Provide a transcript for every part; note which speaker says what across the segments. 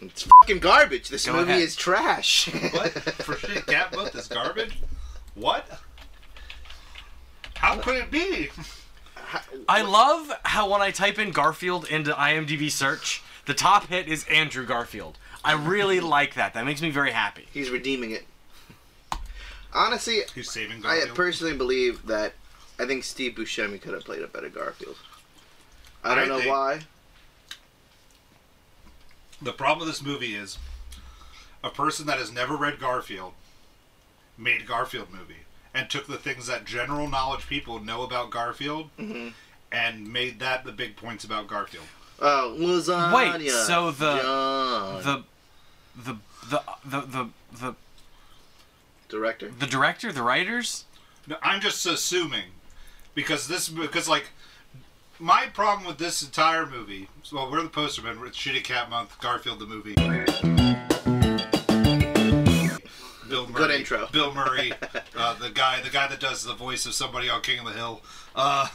Speaker 1: It's fucking garbage. This
Speaker 2: Go
Speaker 1: movie
Speaker 2: ahead.
Speaker 1: is trash.
Speaker 3: What? For shit, Gat Book is garbage? What? How could it be?
Speaker 2: I love how when I type in Garfield into IMDb search, the top hit is Andrew Garfield. I really like that. That makes me very happy.
Speaker 1: He's redeeming it. Honestly,
Speaker 3: Who's saving
Speaker 1: I
Speaker 3: Garfield?
Speaker 1: personally believe that I think Steve Buscemi could have played a better Garfield. I don't
Speaker 3: I
Speaker 1: know
Speaker 3: think-
Speaker 1: why.
Speaker 3: the problem with this movie is a person that has never read Garfield made Garfield movie and took the things that general knowledge people know about Garfield and made that the big points about Garfield.
Speaker 1: Oh, lasagna.
Speaker 2: Wait, so the-
Speaker 1: John.
Speaker 2: The, the, the, the, the, the,
Speaker 1: director.
Speaker 2: the director, the writers.
Speaker 3: No, I'm just assuming because this because like my problem with this entire movie. Well, we're the posterman. It's Shitty Cat Month. Garfield the movie. Bill Murray,
Speaker 1: intro.
Speaker 3: Bill Murray, uh, the guy, the guy that does the voice of somebody on King of the Hill. Uh,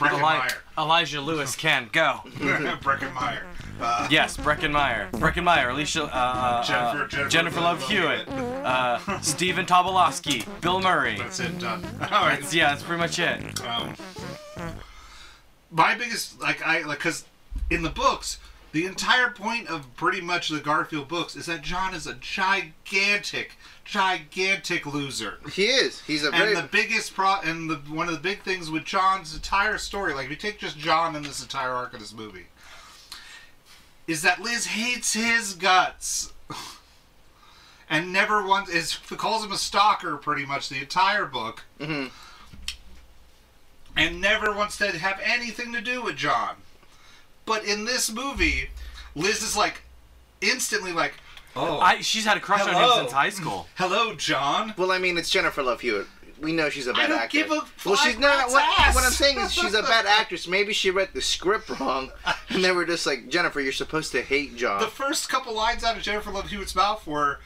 Speaker 2: Eli-
Speaker 3: Breckenmeyer.
Speaker 2: Elijah Lewis can go.
Speaker 3: Breckenmeyer. Uh,
Speaker 2: Yes, Breckenmeyer. Breckenmeyer, Alicia, uh, uh,
Speaker 3: Jennifer-
Speaker 2: uh,
Speaker 3: Jennifer
Speaker 2: Love
Speaker 3: Love
Speaker 2: Hewitt,
Speaker 3: Hewitt.
Speaker 2: uh, Stephen Tobolowsky, Bill Murray.
Speaker 3: that's it. Done. All right.
Speaker 2: That's, yeah, that's pretty much it.
Speaker 3: Um, my biggest like I like because in the books, the entire point of pretty much the Garfield books is that John is a gigantic, gigantic loser.
Speaker 1: He is. He's a very.
Speaker 3: And the biggest pro and the one of the big things with John's entire story, like if you take just John in this entire arc of this movie, is that Liz hates his guts. And never once is calls him a stalker pretty much the entire book, and never wants to have anything to do with John. But in this movie, Liz is like instantly like, "Oh,
Speaker 2: I, she's had a crush on him
Speaker 3: Hello.
Speaker 2: since high school.
Speaker 3: hello, John."
Speaker 1: well, I mean, it's Jennifer Love Hewitt. We know she's a bad
Speaker 3: don't
Speaker 1: actress.
Speaker 3: give a
Speaker 1: well, she's
Speaker 3: flying
Speaker 1: not.
Speaker 3: rat's
Speaker 1: What,
Speaker 3: ass.
Speaker 1: what I'm saying is, she's a bad actress. Maybe she read the script wrong, and they were just like, Jennifer, you're supposed to hate John.
Speaker 3: the first couple lines out of Jennifer Love Hewitt's mouth were,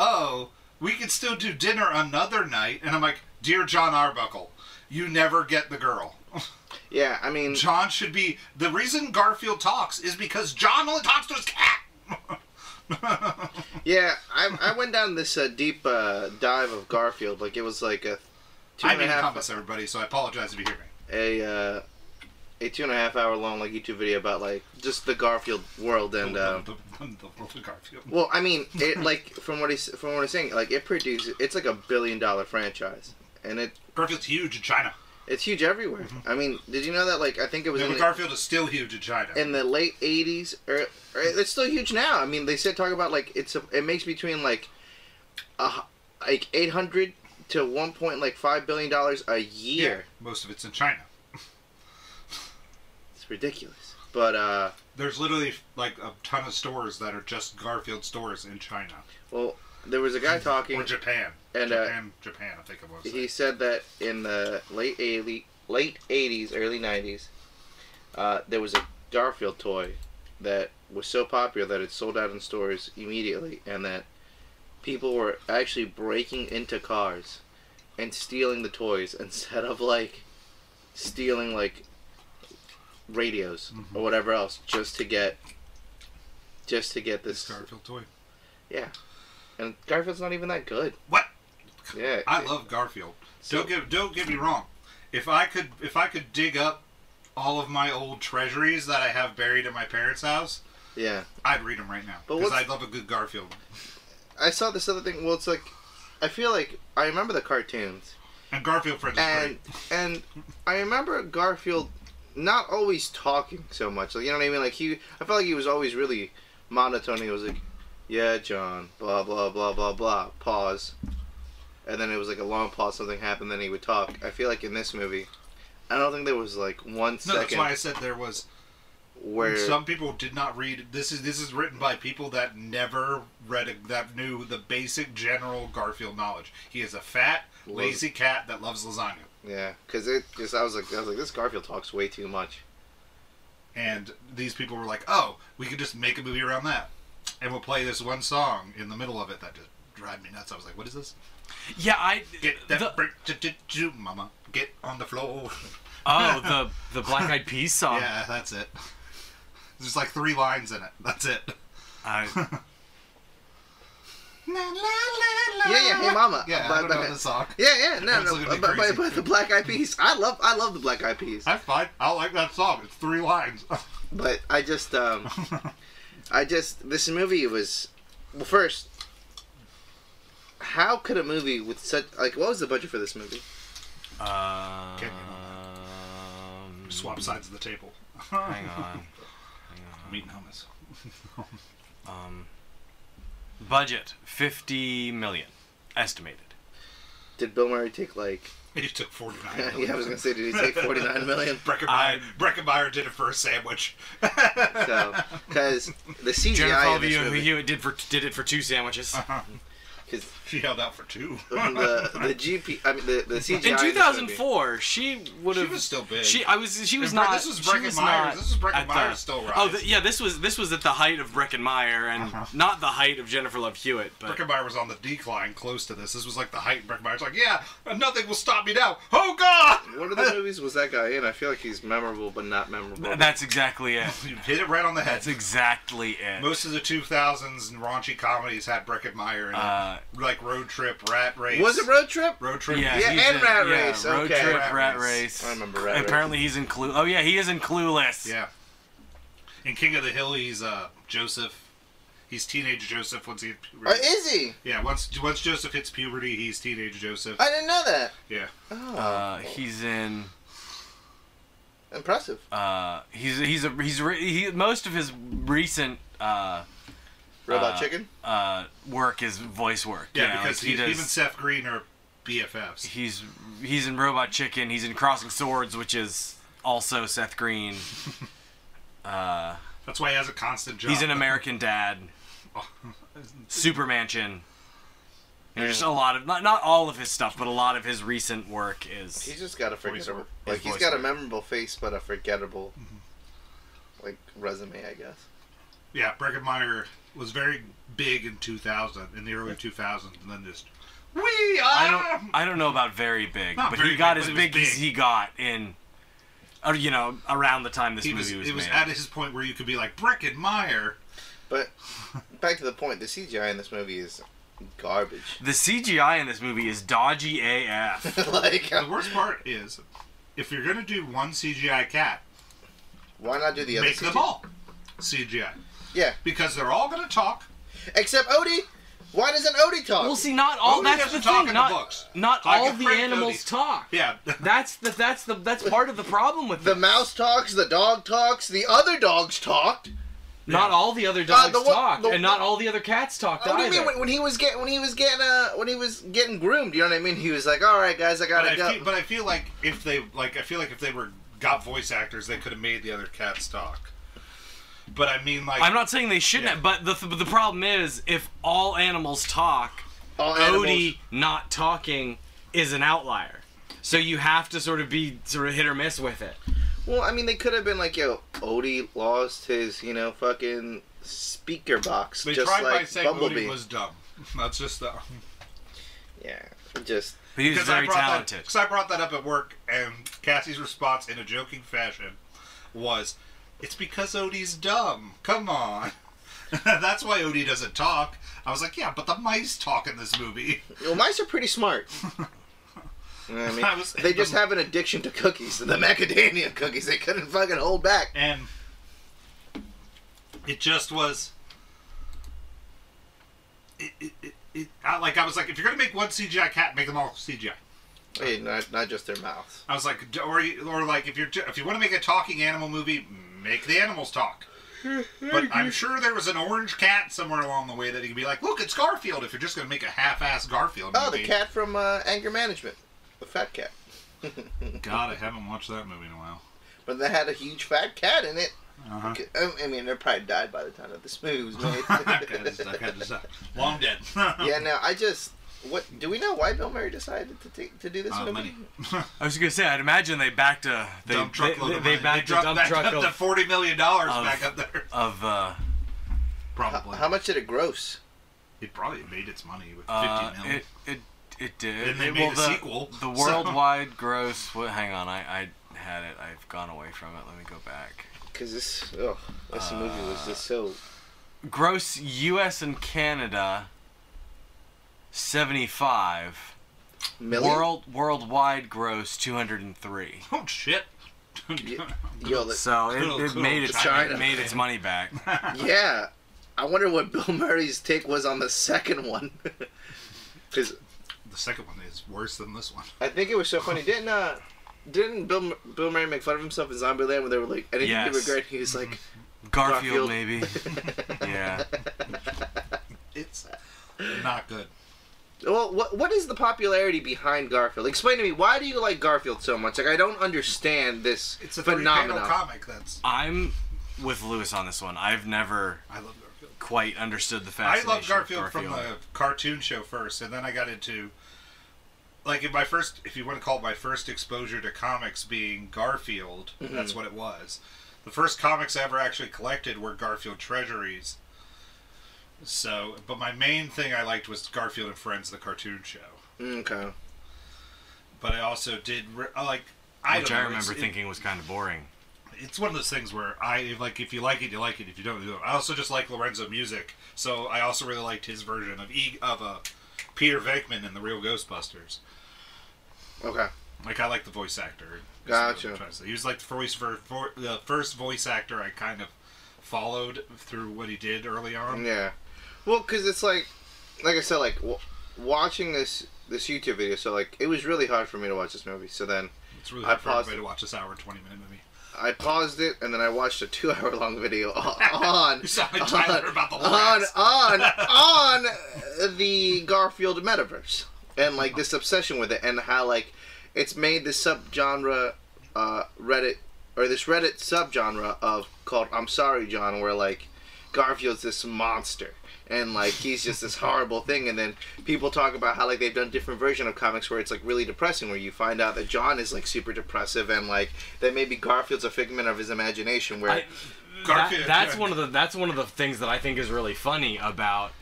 Speaker 3: "Oh, we could still do dinner another night," and I'm like, "Dear John Arbuckle, you never get the girl.
Speaker 1: yeah, I mean,
Speaker 3: John should be the reason Garfield talks is because John only talks to his cat."
Speaker 1: yeah, I, I went down this uh, deep uh, dive of Garfield. Like it was like a two
Speaker 3: I'm
Speaker 1: and a
Speaker 3: in
Speaker 1: half
Speaker 3: compass, everybody, so I apologize if you hear me.
Speaker 1: a uh, a two and a half hour long like YouTube video about like just the Garfield world and uh,
Speaker 3: the, the, the- the Garfield.
Speaker 1: well, I mean, it like from what he's from what he's saying, like it produces it's like a billion dollar franchise, and it
Speaker 3: Garfield's huge in China.
Speaker 1: it's huge everywhere. I mean, did you know that like I think Mm-hmm. it was
Speaker 3: No,
Speaker 1: in
Speaker 3: but
Speaker 1: the,
Speaker 3: Garfield is still huge in China.
Speaker 1: in the late eighties or, or it's still huge now. I mean, they said talk about like it's a, it makes between like a, hu- like eight hundred to one point like five billion dollars a year.
Speaker 3: most of it's in China.
Speaker 1: It's ridiculous, but uh.
Speaker 3: There's literally like a ton of stores that are just Garfield stores in China
Speaker 1: Well, there was a guy talking.
Speaker 3: or Japan.
Speaker 1: And, uh,
Speaker 3: Japan, Japan, I think it was.
Speaker 1: He said that in the late 80, late eighties, early nineties, uh, there was a Garfield toy that was so popular that it sold out in stores immediately, and that people were actually breaking into cars and stealing the toys instead of like stealing like radios
Speaker 3: Mm-hmm.
Speaker 1: or whatever else just to get just to get this.
Speaker 3: Garfield toy.
Speaker 1: And Garfield's not even that good.
Speaker 3: What?
Speaker 1: Yeah.
Speaker 3: I love Garfield.
Speaker 1: Uh, So-
Speaker 3: don't get don't get me wrong. If I could if I could dig up all of my old treasuries that I have buried at my parents' house,
Speaker 1: Yeah.
Speaker 3: I'd read them right now
Speaker 1: But
Speaker 3: because
Speaker 1: what's-
Speaker 3: I love a good Garfield.
Speaker 1: I saw this other thing. Well, it's like I feel like I remember the cartoons,
Speaker 3: And Garfield friends is
Speaker 1: and
Speaker 3: great.
Speaker 1: and I remember Garfield not always talking so much. Like you know what I mean? Like he, I felt like he was always really monotone. He was like, "Yeah, John, blah blah blah blah blah." Pause, and then it was like a long pause. Something happened, then he would talk. I feel like in this movie, I don't think there was like one
Speaker 3: No,
Speaker 1: second
Speaker 3: that's why I said there was
Speaker 1: where
Speaker 3: some people did not read. This is this is written by people that never read a, that knew the basic general Garfield knowledge. He is a fat, lazy cat that loves lasagna.
Speaker 1: yeah, because it just I was like I was like this Garfield talks way too much.
Speaker 3: And these people were like, "Oh, we could just make a movie around that, and we'll play this one song in the middle of it that just drive me nuts." I was like, "What is this?
Speaker 2: Yeah, I.
Speaker 3: Get that
Speaker 2: the-
Speaker 3: brick, to- to- to- mama, get on the floor."
Speaker 2: oh, the the Black Eyed Peas
Speaker 1: Oh.
Speaker 2: song.
Speaker 3: yeah, that's it. There's like three lines in it. That's it.
Speaker 2: I,
Speaker 1: Yeah, yeah, hey mama.
Speaker 3: Yeah, I
Speaker 1: But-
Speaker 3: don't
Speaker 1: but-
Speaker 3: know the song.
Speaker 1: Yeah, yeah, no,
Speaker 3: That's
Speaker 1: no,
Speaker 3: gonna be
Speaker 1: but, but,
Speaker 3: crazy.
Speaker 1: but the Black Eyed Peas. I love, I love the Black Eyed Peas.
Speaker 3: That's fine. I like that song. It's three lines.
Speaker 1: But I just, um, I just, this movie was, well, first, how could a movie with such, like, what was the budget for this movie?
Speaker 2: uh, Um,
Speaker 3: Swap sides of the table.
Speaker 2: Hang on.
Speaker 3: Meat and hummus.
Speaker 2: Um, budget fifty million, estimated.
Speaker 1: Did Bill Murray take like?
Speaker 3: He took 49.
Speaker 1: yeah, I was gonna say, did he take forty nine million?
Speaker 3: Breckenmeyer,
Speaker 2: I-
Speaker 3: Breckenmeyer did it for a sandwich.
Speaker 1: So, because the CGI
Speaker 2: Jennifer
Speaker 1: in this
Speaker 2: Falvio, who
Speaker 1: movie,
Speaker 2: you did for did it for two sandwiches.
Speaker 3: Uh-huh.
Speaker 1: because
Speaker 3: she held out for two.
Speaker 1: the the GP, I mean the the CGI
Speaker 2: In
Speaker 1: this movie-
Speaker 2: 2004, she would
Speaker 3: She
Speaker 2: have.
Speaker 3: was still big.
Speaker 2: She, I was. She was
Speaker 3: Bre-
Speaker 2: not.
Speaker 3: this was
Speaker 2: she
Speaker 3: Breckenmeyer-
Speaker 2: not
Speaker 3: this was Breckenmeyer
Speaker 2: at the-
Speaker 3: still
Speaker 2: Oh,
Speaker 3: rise. Uh-huh.
Speaker 2: th- yeah. This was this was at the height of Breckenmeyer, and not the height of Jennifer Love Hewitt. But
Speaker 3: Breckenmeyer was on the decline, close to this. This was like the height. and Breckenmeyer's like, yeah, nothing will stop me now. Oh God!
Speaker 1: What other movies was that guy in? I feel like he's memorable, but not memorable.
Speaker 2: that's exactly it.
Speaker 3: You hit it right on the head.
Speaker 2: That's exactly it.
Speaker 3: Most of the 2000s and raunchy comedies had Breckenmeyer in
Speaker 2: Uh,
Speaker 3: it, like Road Trip, Rat Race.
Speaker 1: was it Road Trip?
Speaker 3: Road Trip?
Speaker 2: yeah,
Speaker 1: Yeah,
Speaker 2: he's
Speaker 1: and
Speaker 2: in-
Speaker 1: Rat
Speaker 2: yeah,
Speaker 1: Race,
Speaker 2: Road
Speaker 1: okay.
Speaker 2: Trip,
Speaker 3: Rat
Speaker 2: Rat
Speaker 3: Race.
Speaker 2: Race.
Speaker 1: I remember Rat Race.
Speaker 2: Apparently he's in Clue. Oh yeah, he is in Clueless.
Speaker 3: Yeah. In King of the Hill, he's uh, Joseph. He's teenage Joseph once he.
Speaker 1: Or
Speaker 2: Uh,
Speaker 1: is he?
Speaker 3: yeah, once once Joseph hits puberty, he's teenage Joseph.
Speaker 1: I didn't know that.
Speaker 3: yeah.
Speaker 1: Oh,
Speaker 2: Uh, he's in.
Speaker 1: impressive.
Speaker 2: Uh, he's he's a he's re- he, most of his recent uh,
Speaker 1: Robot
Speaker 2: uh,
Speaker 1: Chicken.
Speaker 2: uh, work is voice work.
Speaker 3: Yeah,
Speaker 2: you know,
Speaker 3: because
Speaker 2: like,
Speaker 3: he, him and Seth Green are BFFs.
Speaker 2: he's he's in Robot Chicken. He's in Crossing Swords, which is also Seth Green.
Speaker 3: That's why he has a constant job.
Speaker 2: He's in American Dad, Super Mansion. You know, just a lot of not not all of his stuff, but a lot of his recent work is.
Speaker 1: He's just got a forgettable,
Speaker 3: work.
Speaker 1: like
Speaker 2: His
Speaker 1: he's
Speaker 2: voice
Speaker 1: got a
Speaker 2: work.
Speaker 1: memorable face, but a forgettable, like resume, I guess.
Speaker 3: Yeah, Breckenmeyer was very big in 2000, in the early 2000s, and then just we are.
Speaker 2: I don't I don't know about very big,
Speaker 3: Not
Speaker 2: but
Speaker 3: very
Speaker 2: he got
Speaker 3: big,
Speaker 2: as
Speaker 3: but it was
Speaker 2: big, as
Speaker 3: big.
Speaker 2: he got in, or, you know, around the time this
Speaker 3: he was,
Speaker 2: movie was,
Speaker 3: it was
Speaker 2: made.
Speaker 3: at his point where you could be like Breckenmeyer.
Speaker 1: But back to the point, the CGI in this movie is garbage.
Speaker 2: the CGI in this movie is dodgy AF.
Speaker 1: like,
Speaker 3: The worst part is, if you're gonna do one CGI cat,
Speaker 1: why not do the other?
Speaker 3: make them
Speaker 1: CGI?
Speaker 3: all CGI
Speaker 1: Yeah,
Speaker 3: because they're all gonna talk.
Speaker 1: except Odie. Why doesn't Odie talk?
Speaker 2: well, see, not all
Speaker 3: Odie
Speaker 2: that's
Speaker 3: doesn't
Speaker 2: the
Speaker 3: talk
Speaker 2: thing.
Speaker 3: in the
Speaker 2: Not,
Speaker 3: books.
Speaker 2: not
Speaker 3: Talk
Speaker 2: all
Speaker 3: in
Speaker 2: the
Speaker 3: print,
Speaker 2: animals
Speaker 3: Odie.
Speaker 2: talk.
Speaker 3: Yeah,
Speaker 2: That's the that's the that's part of the problem with
Speaker 1: the
Speaker 2: it.
Speaker 1: mouse talks, the dog talks, the other dogs talked.
Speaker 2: Not all the
Speaker 3: Uh,
Speaker 2: other dogs
Speaker 1: the one-
Speaker 2: talk,
Speaker 1: the-
Speaker 2: and not all the other cats talk
Speaker 1: Oh, What do you
Speaker 2: either.
Speaker 1: mean when, when he was getting when he was getting uh when he was getting groomed? You know what I mean? He was like, "All right, guys, I
Speaker 3: but
Speaker 1: gotta
Speaker 3: I,
Speaker 1: go."
Speaker 3: feel, but I feel like if they like, I feel like if they were got voice actors, they could have made the other cats talk. But I mean, like,
Speaker 2: I'm not saying they shouldn't,
Speaker 3: Yeah.
Speaker 2: have, but the but the problem is if all animals talk,
Speaker 1: All animals-
Speaker 2: Odie not talking is an outlier. So you have to sort of be sort of hit or miss with it.
Speaker 1: Well, I mean, they could have been like, "Yo, Odie lost his you know fucking speaker box,
Speaker 3: they
Speaker 1: just
Speaker 3: tried by
Speaker 1: like
Speaker 3: saying
Speaker 1: Bumblebee."
Speaker 3: Odie was dumb. That's just the
Speaker 1: Yeah, just
Speaker 2: But he's very talented.
Speaker 3: Because I brought that up at work, and Cassie's response in a joking fashion was, "It's because Odie's dumb. Come on." That's why Odie doesn't talk. I was like, yeah, but the mice talk in this movie.
Speaker 1: well, mice are pretty smart. You know what I mean,
Speaker 3: I was-
Speaker 1: they just have an addiction to cookies, the macadamia cookies. They couldn't fucking hold back.
Speaker 3: and it just was it, it, it, it I, like i was like if you're gonna make one cgi cat make them all cgi
Speaker 1: Hey, not, not just their mouths.
Speaker 3: i was like d- or, you- or like if you're t- if you want to make a talking animal movie make the animals talk but i'm sure there was an orange cat somewhere along the way that he could be like look it's garfield if you're just gonna make a half-ass garfield
Speaker 1: Oh, the
Speaker 3: movie.
Speaker 1: cat from uh, Anger Management, the fat cat.
Speaker 3: god i haven't watched that movie in a while
Speaker 1: But they had a huge fat cat in it.
Speaker 3: uh-huh.
Speaker 1: I I mean, they probably died by the time that this movie was made.
Speaker 3: Okay, this is- okay, this is- long dead Uh,
Speaker 1: yeah, no, I just what do we know why Bill Murray decided to take to do this
Speaker 3: Uh,
Speaker 1: movie?
Speaker 3: money.
Speaker 2: I was gonna say, I'd imagine they backed a they
Speaker 3: dump
Speaker 2: they,
Speaker 3: truckload
Speaker 2: they,
Speaker 3: of
Speaker 2: they
Speaker 3: money.
Speaker 2: backed a
Speaker 3: dropped
Speaker 2: dump
Speaker 3: that
Speaker 2: truck
Speaker 3: up to
Speaker 2: of,
Speaker 3: forty million dollars
Speaker 2: of-
Speaker 3: back up there.
Speaker 2: of uh,
Speaker 3: Probably.
Speaker 1: How much did it gross?
Speaker 3: it probably made its money with
Speaker 2: uh,
Speaker 3: fifty million.
Speaker 2: it it it did.
Speaker 3: And they
Speaker 2: It-
Speaker 3: made
Speaker 2: well,
Speaker 3: a
Speaker 2: the,
Speaker 3: sequel,
Speaker 2: The
Speaker 3: so-
Speaker 2: worldwide gross. Well, hang on, I I had it. I've gone away from it. Let me go back.
Speaker 1: Because this, oh, this movie was just so.
Speaker 2: Gross U.S. and Canada 75.
Speaker 1: Million?
Speaker 2: World worldwide gross 203.
Speaker 3: Oh shit.
Speaker 1: Yo, the-
Speaker 2: So it,
Speaker 3: Cool,
Speaker 2: it
Speaker 3: cool.
Speaker 2: made its
Speaker 1: China.
Speaker 2: it made its money back.
Speaker 1: yeah. I wonder what Bill Murray's take was on the second one. Because
Speaker 3: the second one is worse than this one.
Speaker 1: I think it was so funny. Didn't uh, didn't Bill Bill Murray make fun of himself in Zombieland when they were like, anything
Speaker 2: Yes.
Speaker 1: to regret? He was like,
Speaker 2: Garfield,
Speaker 1: Garfield.
Speaker 2: maybe. Yeah.
Speaker 3: It's not good.
Speaker 1: well, what what is the popularity behind Garfield? Explain to me why do you like Garfield so much? Like I don't understand this
Speaker 3: It's a phenomenal
Speaker 1: phenomenon.
Speaker 3: comic. That's
Speaker 2: I'm with Lewis on this one. I've never
Speaker 3: I love Garfield.
Speaker 2: quite understood the
Speaker 3: I
Speaker 2: fascination.
Speaker 3: love Garfield,
Speaker 2: of
Speaker 3: from the cartoon show first, and then I got into like in my first, if you want to call it my first exposure to comics being Garfield, that's what it was. The first comics I ever actually collected were Garfield Treasuries. So, but my main thing I liked was Garfield and Friends, the cartoon show.
Speaker 1: okay.
Speaker 3: But I also did re- I like I
Speaker 2: which
Speaker 3: don't
Speaker 2: I
Speaker 3: know,
Speaker 2: remember
Speaker 3: it's- it-
Speaker 2: thinking was kind of boring.
Speaker 3: it's one of those things where I like if you like it, you like it. If you don't, you don't. I also just like Lorenzo music, so I also really liked his version of e- of uh, Peter Venkman in the Real Ghostbusters.
Speaker 1: Okay.
Speaker 3: Like I like the voice actor. That's what I'm
Speaker 1: Gotcha.
Speaker 3: trying to say. He was like the voice for, for the first voice actor I kind of followed through what he did early on.
Speaker 1: Yeah. Well, because it's like, like I said, like w- watching this this YouTube video. So like, it was really hard for me to watch this movie. So then
Speaker 3: It's really
Speaker 1: I
Speaker 3: hard for
Speaker 1: paused
Speaker 3: everybody
Speaker 1: it.
Speaker 3: to watch this hour and twenty minute movie.
Speaker 1: I paused it, and then I watched a two hour long video on
Speaker 3: You sound like
Speaker 1: on,
Speaker 3: Tyler about the
Speaker 1: on
Speaker 3: Lorax.
Speaker 1: on on the Garfield metaverse and like this obsession with it and how like it's made this subgenre uh, Reddit or this Reddit subgenre of called I'm sorry John where like Garfield's this monster and like he's just this horrible thing and then people talk about how like they've done different version of comics where it's like really depressing where you find out that John is like super depressive and like that maybe Garfield's a figment of his imagination where
Speaker 2: I-
Speaker 3: Garfield.
Speaker 2: That, that's
Speaker 3: yeah.
Speaker 2: one of the that's one of the things that I think is really funny about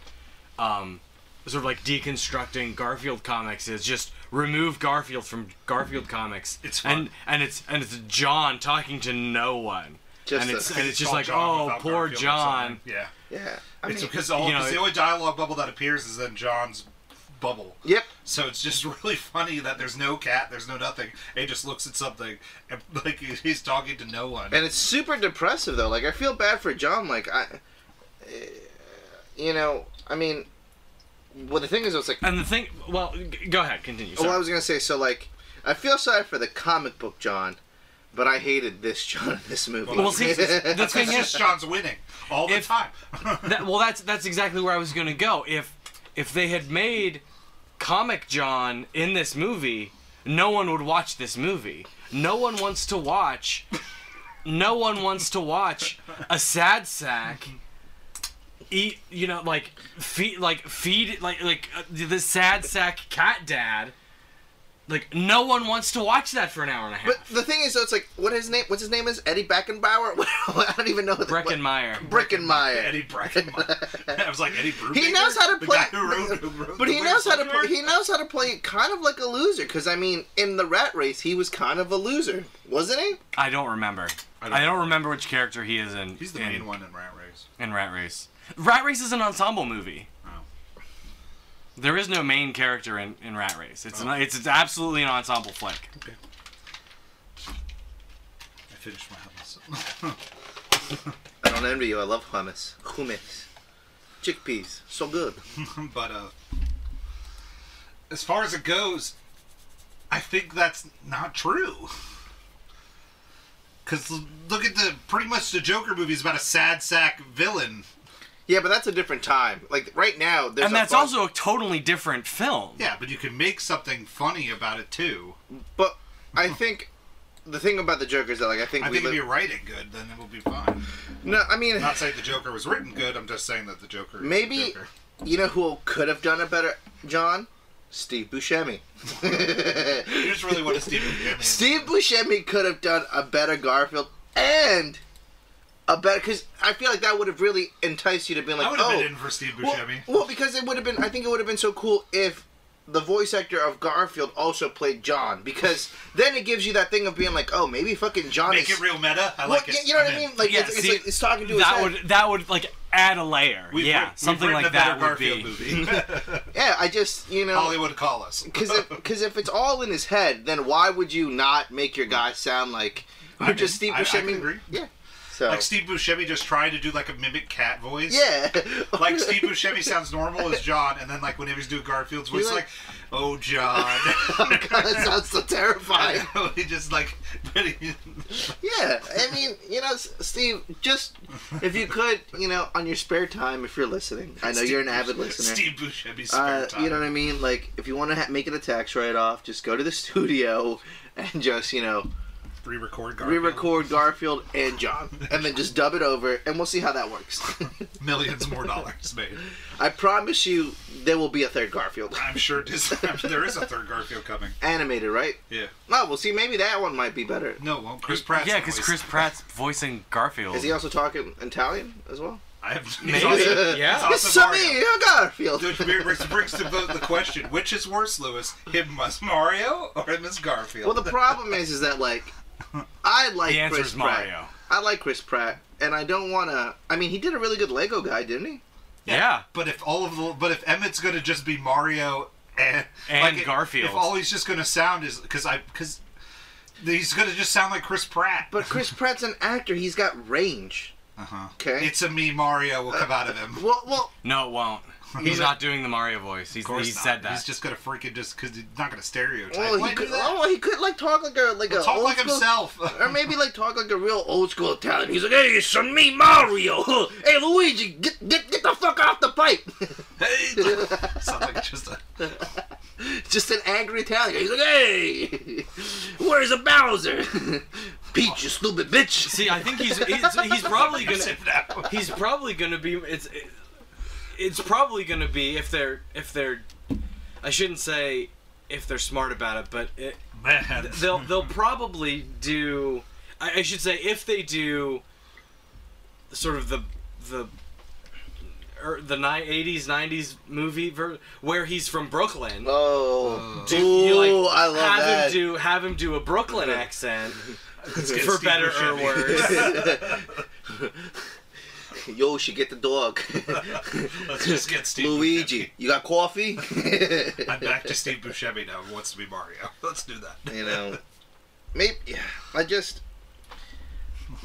Speaker 2: um, sort of like deconstructing Garfield comics is just remove Garfield from Garfield comics.
Speaker 3: It's
Speaker 2: and and it's and it's John talking to no one.
Speaker 1: Just
Speaker 2: and
Speaker 1: a-
Speaker 2: it's and it's just
Speaker 3: Called
Speaker 2: like
Speaker 3: John
Speaker 2: oh
Speaker 3: without
Speaker 2: poor
Speaker 3: Garfield or
Speaker 2: John.
Speaker 3: something. Yeah.
Speaker 1: yeah I
Speaker 3: It's
Speaker 1: mean-
Speaker 3: because all,
Speaker 2: you know,
Speaker 3: it's the only dialogue bubble that appears is in John's bubble.
Speaker 1: Yep.
Speaker 3: So it's just really funny that there's no cat, there's no nothing. and He just looks at something, and like he- he's talking to no one.
Speaker 1: And it's super depressive though. Like I feel bad for John. Like I, uh, you know, I mean, well the thing is, it's like.
Speaker 2: And the thing, well, g- go ahead, continue.
Speaker 1: Well, Oh, I
Speaker 2: sorry.
Speaker 1: was gonna say so. Like I feel sorry for the comic book John, but I hated this John in this movie.
Speaker 2: Well, see, the thing
Speaker 3: it's
Speaker 2: is,
Speaker 3: just John's winning all the
Speaker 2: If-
Speaker 3: time.
Speaker 2: that, well, that's that's exactly where I was gonna go. If if they had made Comic John in this movie, no one would watch this movie. No one wants to watch. No one wants to watch a sad sack. Eat, you know, like feed, like feed, like like uh, the sad sack cat dad. Like no one wants to watch that for an hour and a
Speaker 1: but
Speaker 2: half.
Speaker 1: the thing is, though, it's like what his name? What's his name is Eddie Beckenbauer? I don't even know. the- what-
Speaker 2: Breckenmeyer.
Speaker 1: Breckenmeyer.
Speaker 3: Eddie Brackenmeyer. I was like Eddie Brubaker.
Speaker 1: He knows how to
Speaker 3: The
Speaker 1: play-
Speaker 3: guy who wrote- who wrote
Speaker 1: But
Speaker 3: The
Speaker 1: he
Speaker 3: Winter
Speaker 1: knows how to
Speaker 3: Soldier?
Speaker 1: play, he knows how to play it kind of like a loser. Because I mean, in the Rat Race, he was kind of a loser, wasn't he?
Speaker 2: I don't remember. I
Speaker 3: I
Speaker 2: don't,
Speaker 3: don't
Speaker 2: remember which character he is in.
Speaker 3: He's the
Speaker 2: in-
Speaker 3: main one in Rat Race.
Speaker 2: And Rat Race. Rat Race is an ensemble movie.
Speaker 3: Oh.
Speaker 2: There is no main character in, in Rat Race.
Speaker 3: Oh.
Speaker 2: It's an, it's, it's absolutely an ensemble flick.
Speaker 3: I finished my house.
Speaker 1: I don't envy you. I love hummus. Hummus. Chickpeas. So good.
Speaker 3: but uh, as far as it goes, I think that's not true. Cause l- look at the pretty much the Joker movie is about a sad sack villain.
Speaker 1: Yeah, but that's a different time. Like right now, there's
Speaker 2: and
Speaker 1: a
Speaker 2: that's
Speaker 1: fun-
Speaker 2: also a totally different film.
Speaker 3: Yeah, but you can make something funny about it too.
Speaker 1: But I think the thing about the Joker is that like I think
Speaker 3: I
Speaker 1: we
Speaker 3: think if
Speaker 1: live-
Speaker 3: you write it good, then it will be fine.
Speaker 1: no. I mean,
Speaker 3: I'm not saying the Joker was written good. I'm just saying that the Joker. is the
Speaker 1: Maybe-
Speaker 3: Joker.
Speaker 1: you know who could have done a better John? Steve Buscemi.
Speaker 3: You just really want to Steve. Buscemi.
Speaker 1: Steve Buscemi could have done a better Garfield and a better because I feel like that would have really enticed you to be like,
Speaker 3: I would have
Speaker 1: oh,
Speaker 3: been in for Steve
Speaker 1: well,
Speaker 3: Buscemi.
Speaker 1: well, because it would have been. I think it would have been so cool if the voice actor of Garfield also played John because then it gives you that thing of being like, oh, maybe fucking John
Speaker 3: Make
Speaker 1: is.
Speaker 3: it real meta. I
Speaker 1: Well,
Speaker 3: like
Speaker 1: yeah,
Speaker 3: it.
Speaker 1: You know what
Speaker 3: I'm
Speaker 1: I
Speaker 3: in.
Speaker 1: mean? Like,
Speaker 2: Yeah,
Speaker 1: it's,
Speaker 2: see,
Speaker 1: it's, it's talking to his
Speaker 2: that
Speaker 1: head.
Speaker 2: would that would like add a layer.
Speaker 3: We've
Speaker 2: yeah,
Speaker 3: writ- we've
Speaker 2: something
Speaker 3: written
Speaker 2: like
Speaker 3: a better
Speaker 2: that would
Speaker 3: Garfield
Speaker 2: be.
Speaker 3: Movie.
Speaker 1: Yeah, I just you know
Speaker 3: Hollywood call us.
Speaker 1: Because if, 'cause if it's all in his head, then why would you not make your guy sound like or just Steve
Speaker 3: I- I
Speaker 1: Buscemi?
Speaker 3: can agree.
Speaker 1: Yeah. So
Speaker 3: Like Steve Buscemi just trying to do like a mimic cat voice.
Speaker 1: yeah, Oh,
Speaker 3: Like Steve Buscemi sounds normal as John, and then like whenever he's doing Garfield's voice,
Speaker 1: You're
Speaker 3: like,
Speaker 1: like-
Speaker 3: "Oh John,"
Speaker 1: oh god, that sounds so terrifying.
Speaker 3: he just like, but he-
Speaker 1: Yeah, I mean, you know, S- Steve, just if you could, you know, on your spare time, if you're listening, I know
Speaker 3: Steve
Speaker 1: you're an avid
Speaker 3: Buscemi-
Speaker 1: listener.
Speaker 3: Steve Buscemi spare
Speaker 1: Uh,
Speaker 3: time.
Speaker 1: you know what I mean? Like, if you want to ha- make it a tax write-off, just go to the studio and just, you know,
Speaker 3: Re-record Garfield.
Speaker 1: re-record Garfield and John, and then just dub it over, and we'll see how that works.
Speaker 3: millions more dollars made.
Speaker 1: I promise you, there will be a third Garfield
Speaker 3: I'm sure dis- I'm sure there is a third Garfield coming.
Speaker 1: animated, right?
Speaker 3: Yeah.
Speaker 1: Oh, well, see, maybe that one might be better.
Speaker 3: No, it won't. Chris Pratt.
Speaker 2: yeah, because Chris Pratt's voicing Garfield.
Speaker 1: Is he also talking Italian as well?
Speaker 3: I have.
Speaker 2: Maybe.
Speaker 3: He's also,
Speaker 2: Yeah.
Speaker 3: He's
Speaker 1: It's
Speaker 3: also Mario.
Speaker 1: me, Garfield.
Speaker 3: Which brings, brings to vote the question: Which is worse, Lewis? Him as Mario or him as Garfield?
Speaker 1: Well, the problem is, is that like, I like
Speaker 2: The answer
Speaker 1: Chris
Speaker 2: is
Speaker 1: Pratt.
Speaker 2: Mario.
Speaker 1: I like Chris Pratt, and I don't want to. I mean, he did a really good Lego guy, didn't he?
Speaker 2: Yeah.
Speaker 3: But if all of the, but if Emmett's gonna just be Mario and,
Speaker 2: And
Speaker 3: if-
Speaker 2: Garfield.
Speaker 3: if all he's just gonna sound is because I because he's gonna just sound like Chris Pratt.
Speaker 1: But Chris Pratt's an actor. He's got range.
Speaker 3: uh-huh.
Speaker 1: Okay.
Speaker 3: it's a me Mario will come out of him.
Speaker 1: well, well,
Speaker 2: No, it won't. He's not doing the Mario voice. He's,
Speaker 3: Of course
Speaker 2: he
Speaker 3: not.
Speaker 2: said that.
Speaker 3: He's just gonna freaking just because he's not gonna stereotype.
Speaker 1: well,
Speaker 3: Why
Speaker 1: he
Speaker 3: do
Speaker 1: could.
Speaker 3: that?
Speaker 1: Oh, he could like talk like a like a
Speaker 3: Talk
Speaker 1: old
Speaker 3: like
Speaker 1: school-
Speaker 3: himself.
Speaker 1: Or maybe like talk like a real old school Italian. He's like, "Hey, it's on me, Mario. huh. Hey, Luigi, get get get the fuck off the pipe."
Speaker 3: Hey, sounds like just a.
Speaker 1: Just an angry Italian. He's like, "Hey, where's a Bowser? Peach, you stupid bitch."
Speaker 2: See, I think he's he's, he's probably gonna
Speaker 3: That
Speaker 2: he's probably gonna be it's it's probably gonna be if they're if they're I shouldn't say if they're smart about it, but it,
Speaker 3: man.
Speaker 2: they'll they'll probably do I, I should say if they do sort of the the er, the ni- 80s 90s movie ver- where he's from Brooklyn.
Speaker 1: Oh,
Speaker 2: do Mm. you, like,
Speaker 1: Ooh, I love
Speaker 2: have
Speaker 1: that.
Speaker 2: him do have him do a Brooklyn accent
Speaker 3: get
Speaker 2: for
Speaker 3: Steve
Speaker 2: better or
Speaker 3: Buscemi.
Speaker 2: worse.
Speaker 1: Yo, she get the dog.
Speaker 3: Let's just get Steve.
Speaker 1: Luigi, you got coffee?
Speaker 3: Buscemi. I'm back to Steve Buscemi now. Who wants to be Mario? Let's do that.
Speaker 1: you know, maybe yeah, I just.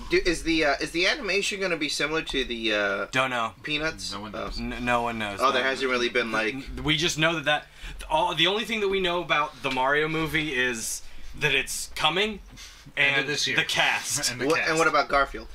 Speaker 1: Do, is the uh, is the animation going to be similar to the uh,
Speaker 2: Don't know.
Speaker 1: Peanuts?
Speaker 3: No one
Speaker 1: Oh.
Speaker 3: knows.
Speaker 2: N- no one knows.
Speaker 1: Oh, there
Speaker 2: that.
Speaker 1: hasn't really been like
Speaker 2: We just know that that all the only thing that we know about the Mario movie is that it's coming
Speaker 3: End of
Speaker 2: and
Speaker 3: this year.
Speaker 2: the cast.
Speaker 3: And the
Speaker 1: what,
Speaker 3: cast.
Speaker 1: and what about Garfield?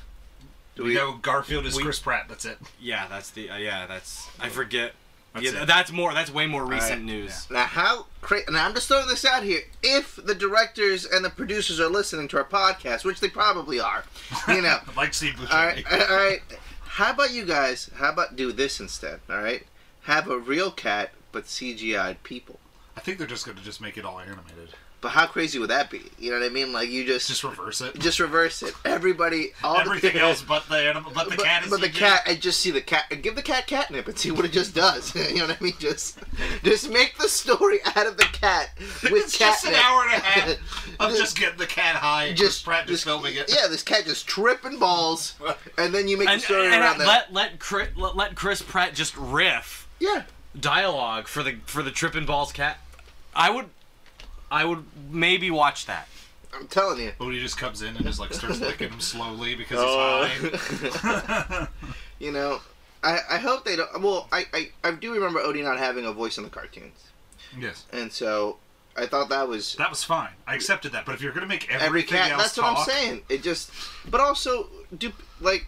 Speaker 1: Do
Speaker 3: we, know Garfield is
Speaker 2: we-
Speaker 3: Chris Pratt. That's it.
Speaker 2: yeah, that's the uh, yeah, that's I forget.
Speaker 3: That's
Speaker 2: yeah,
Speaker 3: it.
Speaker 2: th- that's more that's way more recent
Speaker 1: right.
Speaker 2: news.
Speaker 1: now how cra- now I'm just throwing this out here. If the directors and the producers are listening to our podcast, which they probably are, you know,
Speaker 3: Like Steve Buscemi.
Speaker 1: all right, all right. How about you guys? How about do this instead? All right, have a real cat but CGI'd people.
Speaker 3: I think they're just going to just make it all animated.
Speaker 1: But how crazy would that be? You know what I mean? Like you just
Speaker 3: Just reverse it.
Speaker 1: just reverse it. Everybody, all
Speaker 3: Everything
Speaker 1: the,
Speaker 3: else but the animal, but the
Speaker 1: but,
Speaker 3: cat is.
Speaker 1: but the
Speaker 3: CGI.
Speaker 1: cat, I just see the cat. Give the cat catnip and see what it just does. you know what I mean? Just, just make the story out of the cat with catnip.
Speaker 3: It's just an hour and a half of just getting the cat high. And Chris
Speaker 1: Just
Speaker 3: Pratt just
Speaker 1: this-
Speaker 3: filming it.
Speaker 1: Yeah, this cat just tripping balls, and then you make
Speaker 2: And,
Speaker 1: the story
Speaker 2: and
Speaker 1: around that.
Speaker 2: let let, Chris, let let Chris Pratt just riff
Speaker 1: yeah,
Speaker 2: dialogue for the for the tripping balls cat. I would I would maybe watch that.
Speaker 1: I'm telling you.
Speaker 3: But he just comes in and just like starts licking him slowly because he's
Speaker 1: Oh.
Speaker 3: high.
Speaker 1: you know, I, I hope they don't. Well, I, I, I do remember Odie not having a voice in the cartoons,
Speaker 3: Yes,
Speaker 1: and so I thought that was
Speaker 3: that was fine. I accepted that. But if you're going to make everything
Speaker 1: every cat.
Speaker 3: else
Speaker 1: That's what I'm
Speaker 3: talk-
Speaker 1: saying. It just, but also, do like,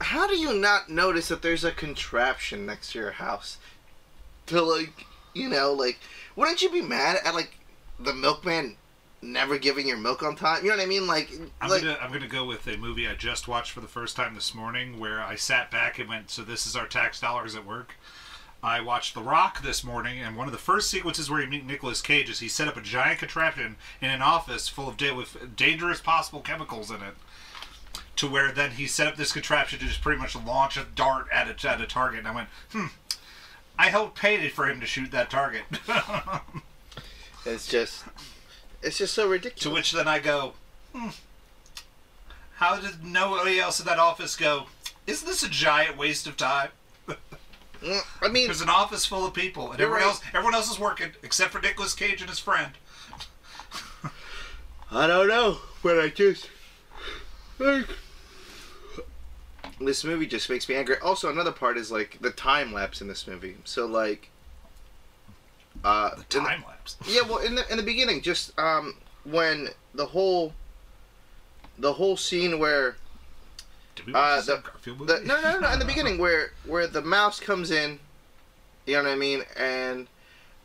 Speaker 1: how do you not notice that there's a contraption next to your house? To like, you know, like, wouldn't you be mad at like the milkman never giving your milk on time? You know what I mean? Like,
Speaker 3: I'm
Speaker 1: like,
Speaker 3: gonna I'm gonna go with a movie I just watched for the first time this morning, where I sat back and went, "So this is our tax dollars at work." I watched The Rock this morning, and one of the first sequences where you meet Nicolas Cage is he set up a giant contraption in an office full of da- with dangerous possible chemicals in it, to where then he set up this contraption to just pretty much launch a dart at a, at a target. And I went, "Hmm, I helped pay for him to shoot that target.
Speaker 1: It's just, it's just so ridiculous.
Speaker 3: to which then I go, hmm, how did nobody else in that office go? Isn't this a giant waste of time?
Speaker 1: Mm, I mean,
Speaker 3: There's an office full of people, and
Speaker 1: You're
Speaker 3: everyone
Speaker 1: right.
Speaker 3: else, everyone else is working except for Nicolas Cage and his friend.
Speaker 1: I don't know, but I just like this movie just makes me angry. Also, another part is like the time lapse in this movie. So like, uh, in the-
Speaker 3: Time lapse.
Speaker 1: yeah, well, in the in the beginning, just um, when the whole the whole scene where
Speaker 3: Did we
Speaker 1: Uh,
Speaker 3: watch the,
Speaker 1: the-
Speaker 3: Garfield movie?
Speaker 1: the, no, no, no, in the beginning where where the mouse comes in, you know what I mean, and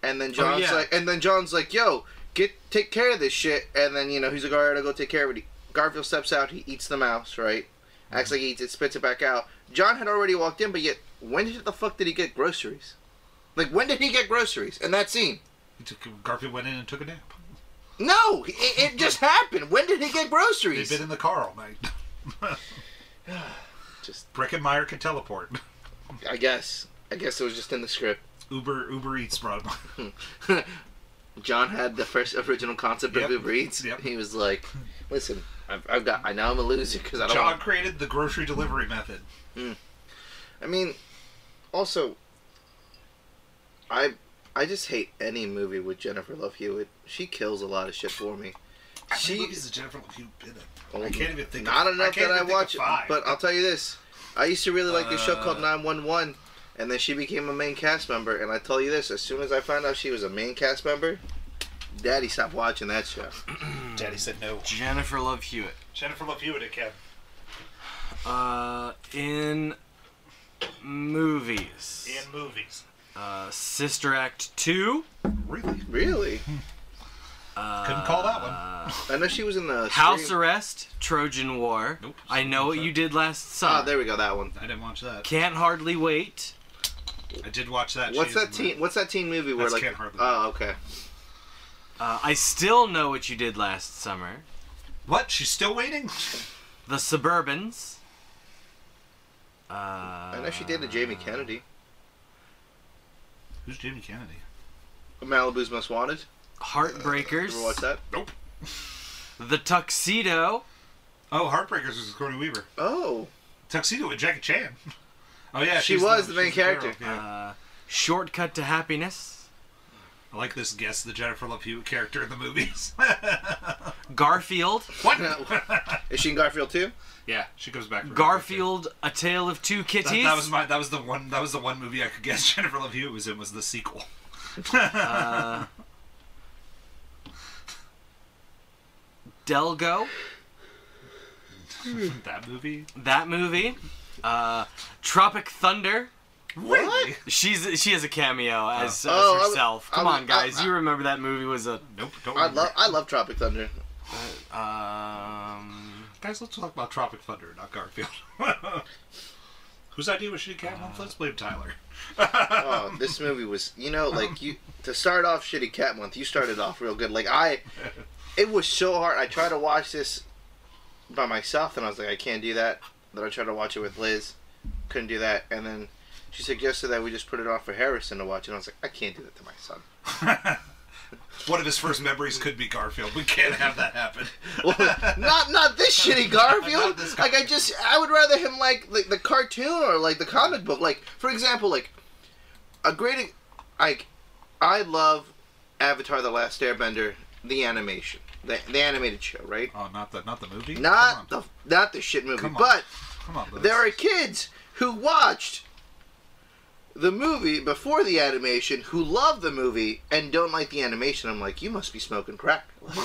Speaker 1: and then John's
Speaker 2: yeah.
Speaker 1: like, and then John's like, yo, get take care of this shit, and then you know he's like, all right, I'll go take care of it. Garfield steps out, he eats the mouse, right? Acts like he eats it, spits it back out. John had already walked in, but yet when did the fuck did he get groceries? Like when did he get groceries in that scene?
Speaker 3: He took- Garfield went in and took a nap.
Speaker 1: No, it, it just happened. When did he get
Speaker 3: They've
Speaker 1: groceries?
Speaker 3: been in the car all night.
Speaker 1: Just-
Speaker 3: Breckenmeyer can teleport.
Speaker 1: I guess. I guess it was just in the script.
Speaker 3: Uber Uber Eats brought him. on.
Speaker 1: John had the first original concept
Speaker 3: Yep.
Speaker 1: of Uber Eats.
Speaker 3: Yep.
Speaker 1: He was like, "Listen, I've, I've got. I know I'm a loser because I don't.
Speaker 3: John
Speaker 1: want
Speaker 3: created the grocery delivery method.
Speaker 1: I mean, also, I I just hate any movie with Jennifer Love Hewitt. She kills a lot of shit for me.
Speaker 3: She
Speaker 1: She
Speaker 3: is a Jennifer Love Hewitt. been in? I can't even think.
Speaker 1: Not
Speaker 3: of,
Speaker 1: enough
Speaker 3: can't
Speaker 1: that I
Speaker 3: even think of
Speaker 1: watch it.
Speaker 3: five.
Speaker 1: But I'll tell you this: I used to really like this show called
Speaker 3: Uh,
Speaker 1: 911, and then she became a main cast member. And I tell you this: as soon as I found out she was a main cast member, Daddy stopped watching that show. Hmm.
Speaker 3: Daddy said no.
Speaker 2: Jennifer Love Hewitt.
Speaker 3: Jennifer Love Hewitt, Kev.
Speaker 2: Uh, in movies.
Speaker 3: In movies.
Speaker 2: Uh, Sister Act 2.
Speaker 3: Really?
Speaker 1: Really?
Speaker 3: Couldn't call that one.
Speaker 1: I know she was in the
Speaker 2: House
Speaker 1: Scream-
Speaker 2: Arrest, Trojan War.
Speaker 3: Nope.
Speaker 2: I know what you did last
Speaker 1: Ah,
Speaker 2: summer.
Speaker 1: there we go. That one.
Speaker 3: I didn't watch that.
Speaker 2: Can't hardly wait.
Speaker 3: I did watch that.
Speaker 1: What's
Speaker 3: She is
Speaker 1: that
Speaker 3: in
Speaker 1: teen? What's that teen movie where
Speaker 3: That's
Speaker 1: like?
Speaker 3: Can't Hardly
Speaker 1: oh, okay.
Speaker 2: Uh, I still know what you did last summer.
Speaker 3: What? She's still waiting?
Speaker 2: The Suburbans. Uh,
Speaker 1: I know she
Speaker 3: Uh,
Speaker 1: dated Jamie Kennedy.
Speaker 3: Who's Jamie Kennedy?
Speaker 1: Malibu's Most Wanted.
Speaker 2: Heartbreakers.
Speaker 1: Ever watch Uh, that?
Speaker 3: Nope.
Speaker 2: The Tuxedo.
Speaker 3: Oh, Heartbreakers was Cody Weaver.
Speaker 1: Oh,
Speaker 3: Tuxedo with Jackie Chan. Oh yeah,
Speaker 1: She
Speaker 3: she's
Speaker 1: was the main
Speaker 3: she's girl,
Speaker 1: character.
Speaker 3: yeah.
Speaker 2: Uh, Shortcut to Happiness.
Speaker 3: I like this guess the Jennifer Love Hewitt character in the movies.
Speaker 2: Garfield.
Speaker 3: what?
Speaker 1: is she in Garfield too?
Speaker 3: yeah, she goes back. for
Speaker 2: Garfield, A Tale of Two
Speaker 3: That,
Speaker 2: Kitties.
Speaker 3: that was my. That was the one. That was the one movie I could guess Jennifer Love Hewitt was in was the sequel.
Speaker 2: Uh, Delgo,
Speaker 3: that movie.
Speaker 2: that movie. Uh, Tropic Thunder.
Speaker 1: What?
Speaker 2: She's she has a cameo as,
Speaker 1: Oh, I
Speaker 2: as
Speaker 1: w-
Speaker 2: herself.
Speaker 1: I
Speaker 2: Come
Speaker 1: w-
Speaker 2: on, guys,
Speaker 1: I- I-
Speaker 2: you remember that movie was a
Speaker 3: Nope. Don't.
Speaker 1: I
Speaker 3: remember
Speaker 1: love
Speaker 3: it.
Speaker 1: I love Tropic Thunder.
Speaker 2: um.
Speaker 3: Guys, let's talk about Tropic Thunder, not Garfield. Whose idea was Shitty Cat Month? Let's blame Tyler.
Speaker 1: Oh, this movie was, you know, like you to start off shitty cat month. You started off real good. Like I, it was so hard. I tried to watch this by myself, and I was like, I can't do that. Then I tried to watch it with Liz, couldn't do that. And then she suggested that we just put it on for Harrison to watch, and I was like, I can't do that to my son.
Speaker 3: One of his first memories could be Garfield. We can't have that happen.
Speaker 1: not not this shitty Garfield.
Speaker 3: Not this
Speaker 1: like I just, I would rather him like like the cartoon or like the comic book. Like for example, like a great, e, like I love Avatar: The Last Airbender, the animation, the, the animated show, right?
Speaker 3: Oh, not the not the movie.
Speaker 1: Not
Speaker 3: Come on.
Speaker 1: the not the shit movie,
Speaker 3: Come on.
Speaker 1: but
Speaker 3: Come on, Liz.
Speaker 1: there are kids who watched the movie before the animation who love the movie and don't like the animation. I'm like, you must be smoking crack.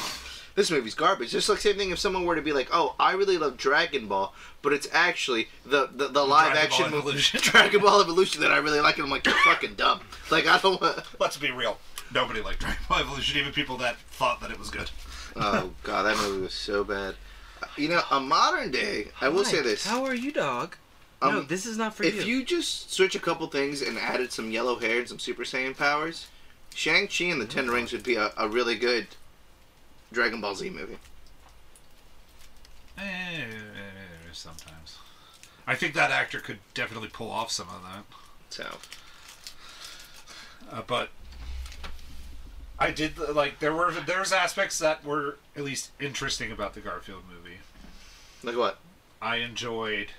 Speaker 1: this movie's garbage. Just like same thing if someone were to be like, oh, I really love Dragon Ball, but it's actually the the, the live
Speaker 3: Dragon
Speaker 1: action
Speaker 3: Ball
Speaker 1: movie
Speaker 3: Evolution.
Speaker 1: Dragon Ball Evolution that I really like, and I'm like, you're fucking dumb. Like I don't. want...
Speaker 3: Let's be real. Nobody liked Dragon Ball Evolution, even people that thought that it was good.
Speaker 1: Oh god, that movie was so bad. You know, a modern day. I will say this.
Speaker 2: How are you, dog? no,
Speaker 1: Um,
Speaker 2: this is not for
Speaker 1: If you just switch a couple things and added some yellow hair and some Super Saiyan powers, Shang Chi and the Ten Rings would be a, a really good Dragon Ball Z movie.
Speaker 3: Eh, Sometimes. I think that actor could definitely pull off some of that.
Speaker 1: So
Speaker 3: Uh, but I did like there were there's aspects that were at least interesting about the Garfield movie.
Speaker 1: Like what?
Speaker 3: I enjoyed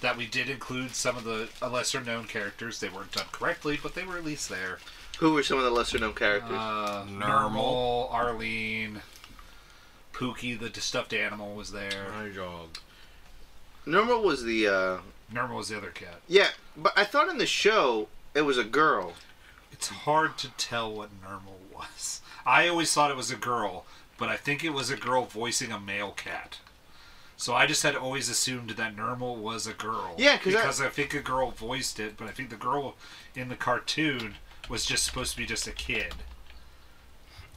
Speaker 3: that we did include some of the uh, lesser known characters. They weren't done correctly, but they were at least there.
Speaker 1: Who were some of the lesser known characters?
Speaker 3: Uh,
Speaker 2: Normal.
Speaker 3: Normal, Arlene, Pookie, the stuffed animal was there.
Speaker 4: My dog.
Speaker 1: Normal was the uh
Speaker 3: Normal was the other cat.
Speaker 1: yeah, but I thought in the show it was a girl.
Speaker 3: It's hard to tell what Normal was. I always thought it was a girl, but I think it was a girl voicing a male cat. So I just had always assumed that Normal was a girl.
Speaker 1: Yeah, 'cause I-
Speaker 3: because I think a girl voiced it, but I think the girl in the cartoon was just supposed to be just a kid.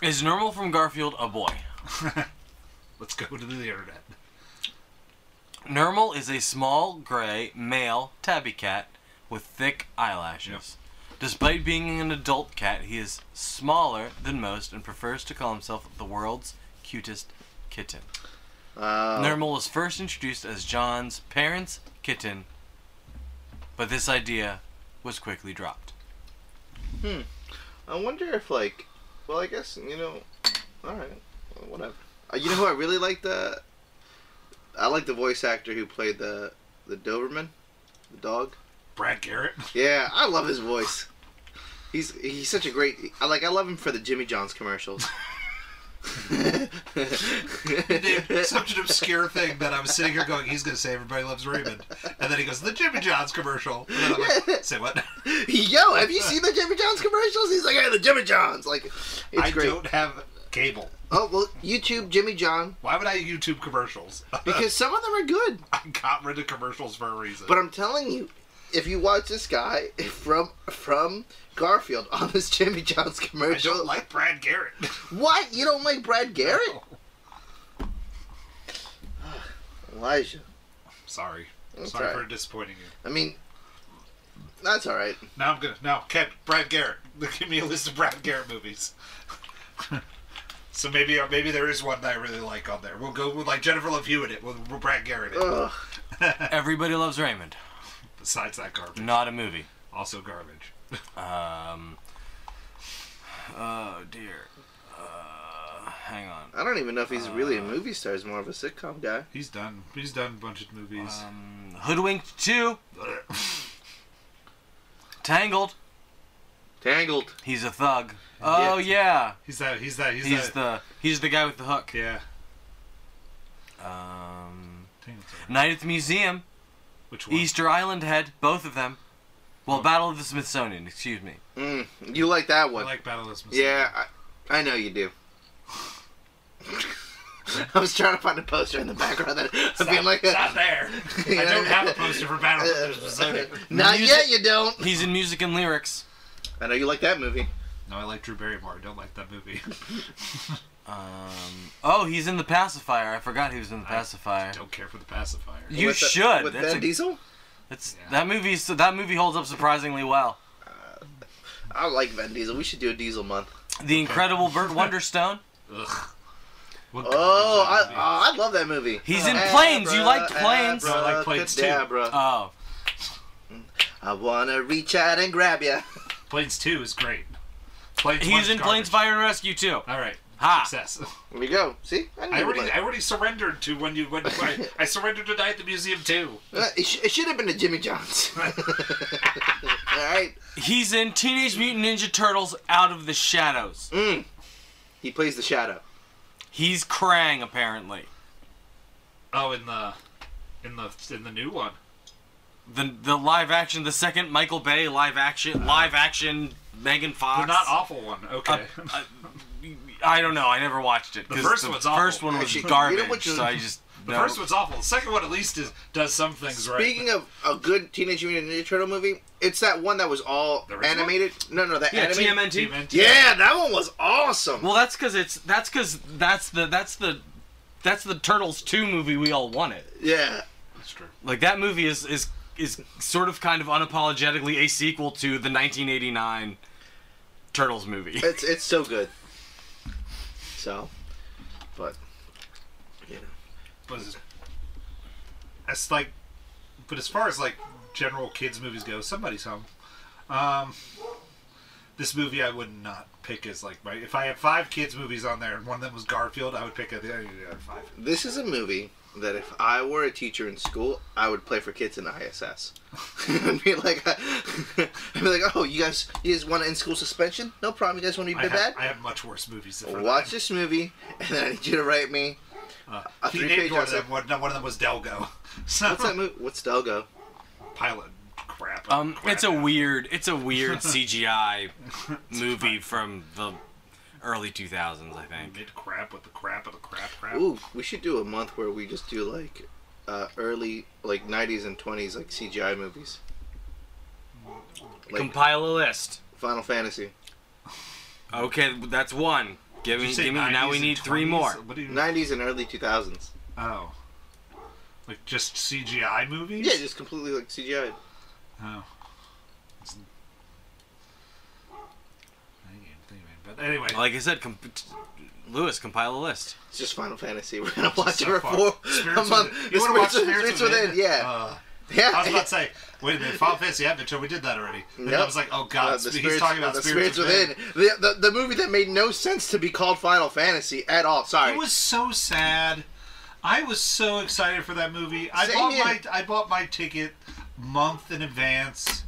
Speaker 2: Is Normal from Garfield a boy?
Speaker 3: Let's go to the internet.
Speaker 2: Normal is a small, gray, male tabby cat with thick eyelashes. Despite being an adult cat, he is smaller than most and prefers to call himself the world's cutest kitten.
Speaker 1: Uh,
Speaker 2: Normal was first introduced as John's parents' kitten, but this idea was quickly dropped.
Speaker 1: I wonder if like, well, I guess you know, all right, well, whatever. Uh, you know who I really like the, I like the voice actor who played the the Doberman, the dog.
Speaker 3: Brad Garrett.
Speaker 1: Yeah, I love his voice. He's he's such a great. I like I love him for the Jimmy John's commercials.
Speaker 3: Dude, such an obscure thing that I'm sitting here going, he's going to say everybody loves Raymond. And then he goes, the Jimmy John's commercial. And then I'm like, say what?
Speaker 1: Yo, have you seen the Jimmy John's commercials? He's like, hey, the Jimmy John's. Like, it's
Speaker 3: I
Speaker 1: great.
Speaker 3: don't have cable.
Speaker 1: Oh well, YouTube Jimmy John
Speaker 3: Why would I YouTube commercials?
Speaker 1: because some of them are good.
Speaker 3: I got rid of commercials for a reason.
Speaker 1: But I'm telling you, if you watch this guy from from Garfield on this Jimmy John's
Speaker 3: I
Speaker 1: commercial,
Speaker 3: don't like Brad Garrett.
Speaker 1: what you don't like Brad Garrett? Elijah,
Speaker 3: Sorry.
Speaker 1: That's
Speaker 3: Sorry
Speaker 1: all
Speaker 3: for
Speaker 1: right.
Speaker 3: disappointing you.
Speaker 1: I mean, that's all right.
Speaker 3: Now I'm going to. Now, Ken, Brad Garrett. Give me a list of Brad Garrett movies. So maybe uh, maybe there is one that I really like on there. We'll go with like Jennifer Love Hewitt it. We'll, we'll Brad Garrett it.
Speaker 1: Ugh.
Speaker 2: Everybody loves Raymond.
Speaker 3: Besides that garbage.
Speaker 2: Not a movie.
Speaker 3: Also garbage.
Speaker 2: Um. Oh dear. Uh, hang on.
Speaker 1: I don't even know if he's really a movie star. He's more of a sitcom guy.
Speaker 3: He's done. He's done a bunch of movies.
Speaker 2: Um, Hoodwinked two.
Speaker 1: Um.
Speaker 2: Tangled.
Speaker 1: Tangled.
Speaker 2: He's a thug. Oh yeah.
Speaker 3: he's that. He's that. He's,
Speaker 2: He's the
Speaker 3: that.
Speaker 2: he's the guy with the hook.
Speaker 3: yeah.
Speaker 2: Um,
Speaker 3: I think it's alright.
Speaker 2: Night at the Museum.
Speaker 3: Which one?
Speaker 2: Easter Island Head. Both of them. Well, Battle of the Smithsonian. Excuse me.
Speaker 1: Mm, you like that
Speaker 3: I
Speaker 1: one?
Speaker 3: like Battle of the Smithsonian.
Speaker 1: yeah, I, I know you do. I was trying to find a poster in the background that of being like
Speaker 3: It's
Speaker 1: a, uh,
Speaker 3: not there. I don't have a poster for Battle of the Smithsonian.
Speaker 1: Not
Speaker 2: Music-
Speaker 1: yet, you don't.
Speaker 2: He's in music and lyrics.
Speaker 1: I know you like that movie.
Speaker 3: No, I like Drew Barrymore. I don't like that movie.
Speaker 2: Um, oh, he's in the pacifier. I forgot he was in the pacifier.
Speaker 3: don't care for the pacifier.
Speaker 2: You
Speaker 1: With the-
Speaker 2: should.
Speaker 1: With
Speaker 2: That's
Speaker 1: Vin
Speaker 2: a-
Speaker 1: Diesel?
Speaker 2: That's
Speaker 3: Yeah.
Speaker 2: that movie. So that movie holds up surprisingly well.
Speaker 1: I like Vin Diesel. We should do a Diesel month.
Speaker 2: The Incredible Burt Wonderstone.
Speaker 3: Ugh. What
Speaker 1: Oh,
Speaker 3: garbage
Speaker 1: I,
Speaker 3: that movie.
Speaker 1: oh, I love that movie. Uh,
Speaker 2: He's in Planes. You liked Planes.
Speaker 1: Abra,
Speaker 3: I like Planes too.
Speaker 1: cadabra.
Speaker 2: Oh,
Speaker 1: I wanna reach out and grab ya.
Speaker 3: Planes Two is great. Planes
Speaker 2: he's
Speaker 3: One's
Speaker 2: in Planes,
Speaker 3: garbage.
Speaker 2: Fire and Rescue too.
Speaker 3: All right.
Speaker 2: Ha.
Speaker 3: Success.
Speaker 1: There we go. See, knew
Speaker 3: I
Speaker 1: you
Speaker 3: already,
Speaker 1: liked-
Speaker 3: I already surrendered to when you when I, I surrendered to die at the museum too.
Speaker 1: Uh, it, sh- it should have been a Jimmy John's. All right.
Speaker 2: He's in Teenage Mutant Ninja Turtles: Out of the Shadows.
Speaker 1: Mm. He plays the shadow.
Speaker 2: He's Krang apparently.
Speaker 3: Oh, in the in the in the new one.
Speaker 2: The the live action, the second Michael Bay live action, live action Megan Fox.
Speaker 3: The not awful one. Okay.
Speaker 2: Uh, I don't know. I never watched it.
Speaker 3: The
Speaker 2: 'cause
Speaker 3: first
Speaker 2: the
Speaker 3: one's awful.
Speaker 2: first one was
Speaker 1: Actually, you know
Speaker 2: garbage.
Speaker 1: what you-
Speaker 2: so I just
Speaker 3: the
Speaker 2: no.
Speaker 3: first one's awful. The second one at least is does some things
Speaker 1: Speaking of a good Teenage Mutant Ninja Turtle movie, it's that one that was all
Speaker 3: There is one?
Speaker 1: animated. No, no, that
Speaker 2: yeah,
Speaker 1: animated.
Speaker 2: TMNT.
Speaker 3: right. Demon-
Speaker 1: Yeah, that one was awesome.
Speaker 2: Well, that's because it's that's because that's the that's the that's the Turtles two movie we all wanted.
Speaker 1: yeah.
Speaker 3: That's true.
Speaker 2: Like that movie is is is sort of kind of unapologetically a sequel to the 1989 Turtles movie.
Speaker 1: It's it's so good. So, but you know,
Speaker 3: But it's, it's like, but as far as like general kids movies go, somebody's home. Um, This movie I would not pick as like my. If I had five kids movies on there and one of them was Garfield, I would pick the other the other five.
Speaker 1: This is a movie that if I were a teacher in school, I would play for kids in ISS. I'd be like, I'd be like, oh, you guys, you guys want an in-school suspension? No problem. You guys want to be
Speaker 3: I have,
Speaker 1: bad?
Speaker 3: I have much worse movies. Than
Speaker 1: Watch this movie, and then I need you to write me.
Speaker 3: Uh,
Speaker 1: a
Speaker 3: he
Speaker 1: three-page
Speaker 3: named one of
Speaker 1: essay.
Speaker 3: them. One, no, one of them was Delgo. So
Speaker 1: What's that movie? What's Delgo?
Speaker 3: pilot crap.
Speaker 2: Um,
Speaker 3: crap.
Speaker 2: it's a weird, it's a weird CGI movie from the early 2000s, I think.
Speaker 3: mid crap with the crap of the crap crap.
Speaker 1: Ooh, we should do a month where we just do like uh, early, like '90s and '20s, like CGI movies. Like
Speaker 2: Compile a list.
Speaker 1: Final Fantasy.
Speaker 2: Okay, that's one. Give
Speaker 3: Did you
Speaker 2: me,
Speaker 3: say
Speaker 2: give me. Now
Speaker 3: 90s
Speaker 2: we
Speaker 3: and
Speaker 2: need three
Speaker 3: 20s?
Speaker 2: more.
Speaker 3: What do you?
Speaker 1: 90s and early 2000s.
Speaker 3: Oh, like just CGI movies?
Speaker 1: Yeah, just completely like CGI.
Speaker 3: Oh. It's- I didn't even think of it, But anyway,
Speaker 2: Like I said, comp- t- Lewis, compile a list.
Speaker 1: It's just Final Fantasy. We're gonna watch
Speaker 3: so
Speaker 1: it
Speaker 3: far.
Speaker 1: for a
Speaker 3: Spirits
Speaker 1: month. The
Speaker 3: Within. You want to watch
Speaker 1: Spirits-
Speaker 3: Spirits
Speaker 1: Spirits Within? Yeah,
Speaker 3: Uh,
Speaker 1: yeah.
Speaker 3: I was about to say, wait a minute, Final Fantasy Adventure, we did that already. And I
Speaker 1: Nope.
Speaker 3: was like, oh
Speaker 1: Uh,
Speaker 3: god,
Speaker 1: the
Speaker 3: he's
Speaker 1: spirits,
Speaker 3: talking about
Speaker 1: the spirits, within, The, the the movie that made no sense to be called Final Fantasy at all. Sorry,
Speaker 3: It was so sad. I was so excited for that movie. I
Speaker 1: Same
Speaker 3: bought
Speaker 1: here.
Speaker 3: my I bought my ticket month in advance.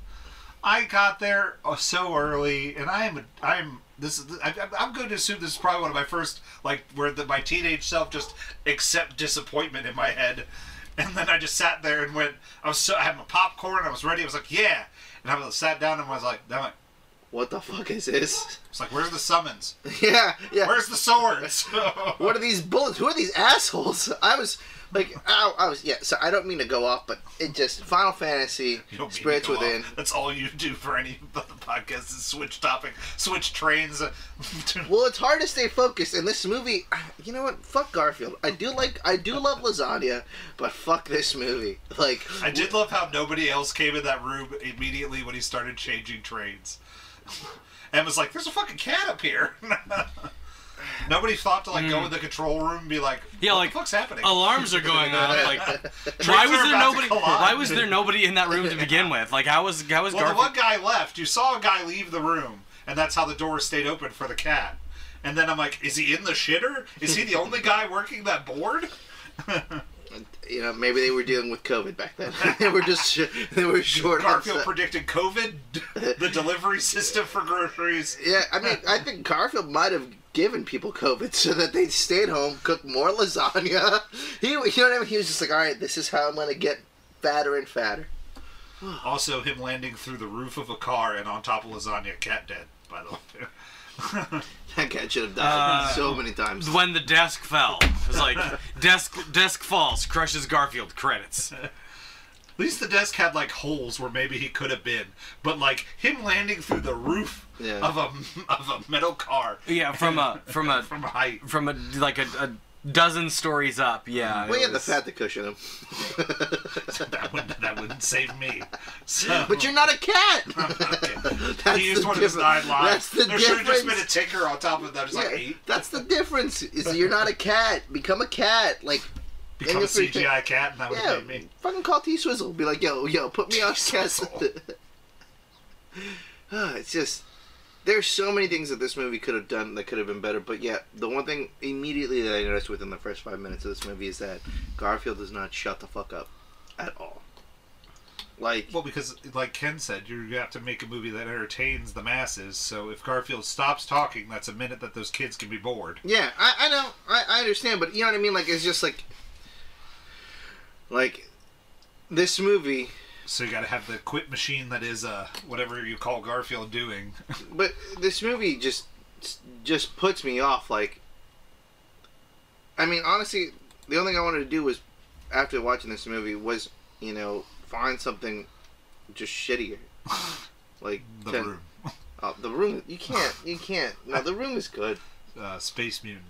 Speaker 3: I got there uh, so early, and I am a, I'm this is I, I'm- I'm going to assume this is probably one of my first like where the, my teenage self just accept disappointment in my head, and then I just sat there and went. I was so I had my popcorn. I was ready. I was like yeah, and I was sat down and was like, damn it.
Speaker 1: what the fuck is this?
Speaker 3: It's like where's the summons?
Speaker 1: yeah, yeah.
Speaker 3: Where's the swords?
Speaker 1: what are these bullets? Who are these assholes? I was like, ow, I was yeah. So I don't mean to go off, but it just Final Fantasy
Speaker 3: You don't mean to
Speaker 1: Spirits
Speaker 3: go off.
Speaker 1: Within.
Speaker 3: That's all you do for any of the podcast is switch topic, switch trains.
Speaker 1: Well, it's hard to stay focused, and this movie. You know what? Fuck Garfield. I do like, I do love lasagna, but fuck this movie. Like,
Speaker 3: I did love how nobody else came in that room immediately when he started changing trains, and was like, "There's a fucking cat up here." nobody thought to like go in the control room and be like,
Speaker 2: Hmm. Yeah,
Speaker 3: "What
Speaker 2: like,
Speaker 3: the fuck's happening?"
Speaker 2: Alarms are going off. Like, why
Speaker 3: are
Speaker 2: was there
Speaker 3: about to
Speaker 2: nobody?
Speaker 3: collide.
Speaker 2: Why was there nobody in that room to begin with? Like, how was how was
Speaker 3: Well, the
Speaker 2: Garfield?
Speaker 3: one guy left. You saw a guy leave the room, and that's how the door stayed open for the cat. And then I'm like, "Is he in the shitter? Is he the only guy working that board?"
Speaker 1: you know, maybe they were dealing with COVID back then. they were just, sh- they were short. on
Speaker 3: Garfield
Speaker 1: stuff.
Speaker 3: predicted COVID, the delivery system for groceries.
Speaker 1: Yeah, I mean, I think Garfield might have given people COVID so that they'd stay at home, cook more lasagna. He, you know what I mean? He was just like, all right, this is how I'm gonna get fatter and fatter.
Speaker 3: Also, him landing through the roof of a car and on top of lasagna, cat dead. By the way,
Speaker 1: That guy should have
Speaker 2: Uh,
Speaker 1: died so many times.
Speaker 2: when the desk fell, it was like desk desk falls, crushes Garfield. Credits.
Speaker 3: at least the desk had like holes where maybe he could have been. But like him landing through the roof
Speaker 1: Yeah.
Speaker 3: of a of a metal car
Speaker 2: Yeah, from a from a
Speaker 3: from height.
Speaker 2: from a like a, a dozen stories up. Yeah. it
Speaker 1: We had the
Speaker 2: was-
Speaker 1: fat to cushion him.
Speaker 3: That wouldn't that wouldn't save me. So,
Speaker 1: But you're not a cat. That's
Speaker 3: he used
Speaker 1: the
Speaker 3: one of his
Speaker 1: difference.
Speaker 3: nine
Speaker 1: That's
Speaker 3: lives.
Speaker 1: the
Speaker 3: there should have just been a
Speaker 1: difference.
Speaker 3: ticker on top of that. Just like
Speaker 1: Yeah,
Speaker 3: eight.
Speaker 1: that's the difference. Is you're not a cat. Become a cat. Like
Speaker 3: Become a
Speaker 1: you're pretty-
Speaker 3: CGI cat, and that would have
Speaker 1: yeah,
Speaker 3: made me.
Speaker 1: fucking call T Swizzle. Be like, yo, yo, put me on cast. it's just there's so many things that this movie could have done that could have been better. But yeah, the one thing immediately that I noticed within the first five minutes of this movie is that Garfield does not shut the fuck up at all. Like
Speaker 3: Well, because like Ken said, you have to make a movie that entertains the masses. So if Garfield stops talking, that's a minute that those kids can be bored.
Speaker 1: Yeah, I, I know, I, I understand, but you know what I mean. Like it's just like, like, this movie.
Speaker 3: So you got to have the quit machine that is uh whatever you call Garfield doing.
Speaker 1: But this movie just just puts me off. Like, I mean, honestly, the only thing I wanted to do was, after watching this movie, was you know find something just shittier. Like
Speaker 3: The
Speaker 1: ten-
Speaker 3: room,
Speaker 1: Oh, the room. You can't. You can't. No, the room is good.
Speaker 3: uh, space mutiny,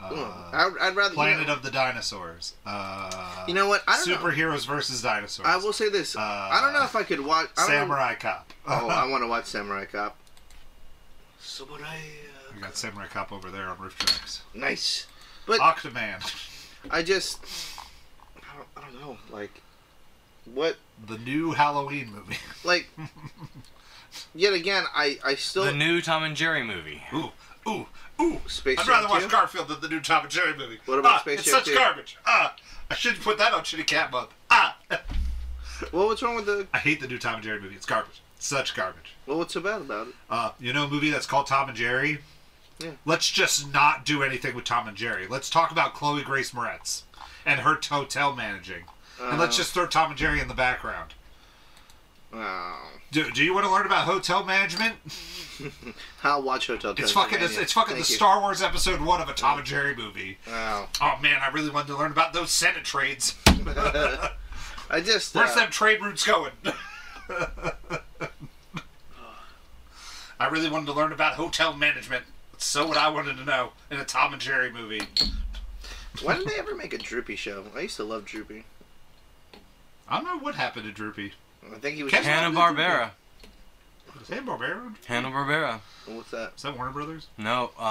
Speaker 3: uh,
Speaker 1: I'd, I'd rather. you
Speaker 3: planet
Speaker 1: Hmm. know,
Speaker 3: of the dinosaurs. Uh,
Speaker 1: you know what? I don't know.
Speaker 3: superheroes versus dinosaurs.
Speaker 1: I will say this. I don't know if I could watch. I don't know-
Speaker 3: Samurai Cop.
Speaker 1: Oh, I want to watch Samurai Cop. Samurai. uh,
Speaker 3: we got Samurai Cop over there on roof tracks.
Speaker 1: Nice, but
Speaker 3: Octoman.
Speaker 1: I just, I don't, I don't know. Like, what
Speaker 3: The new Halloween movie.
Speaker 1: like yet again I I still
Speaker 2: The new Tom and Jerry movie.
Speaker 3: Ooh, ooh, ooh.
Speaker 1: Space
Speaker 3: I'd rather
Speaker 1: Jam
Speaker 3: watch
Speaker 1: 2?
Speaker 3: Garfield than the new Tom and Jerry movie.
Speaker 1: What about
Speaker 3: ah,
Speaker 1: Space
Speaker 3: it's
Speaker 1: Jam
Speaker 3: such
Speaker 1: 2?
Speaker 3: garbage. Ah, I shouldn't put that on Shitty Cat Month. Ah,
Speaker 1: well what's wrong with the
Speaker 3: I hate the new Tom and Jerry movie. It's garbage. Such garbage.
Speaker 1: well what's so bad about it?
Speaker 3: Uh, you know a movie that's called Tom and Jerry?
Speaker 1: Yeah.
Speaker 3: Let's just not do anything with Tom and Jerry. Let's talk about Chloe Grace Moretz and her hotel managing. and
Speaker 1: Uh.
Speaker 3: let's just throw Tom and Jerry in the background.
Speaker 1: Oh,
Speaker 3: Do, do you want to learn about hotel management?
Speaker 1: I'll watch Hotel
Speaker 3: It's fucking it's,
Speaker 1: Transylvania.
Speaker 3: it's fucking
Speaker 1: Thank
Speaker 3: the
Speaker 1: you.
Speaker 3: Star Wars episode 1 of a Tom and Jerry movie.
Speaker 1: Oh,
Speaker 3: Oh man, I really wanted to learn about those Senate trades.
Speaker 1: Oh. I just
Speaker 3: Where's
Speaker 1: uh,
Speaker 3: them trade routes going? I really wanted to learn about hotel management. So what I wanted to know in a Tom and Jerry movie.
Speaker 1: why did they ever make a Droopy show? I used to love Droopy.
Speaker 3: I don't know what happened to Droopy.
Speaker 1: I think he was.
Speaker 3: Ken-
Speaker 2: Hanna Barbera.
Speaker 3: Is that Barbera?
Speaker 2: Hanna Barbera.
Speaker 1: What's that?
Speaker 3: Is that Warner Brothers?
Speaker 2: No. Uh.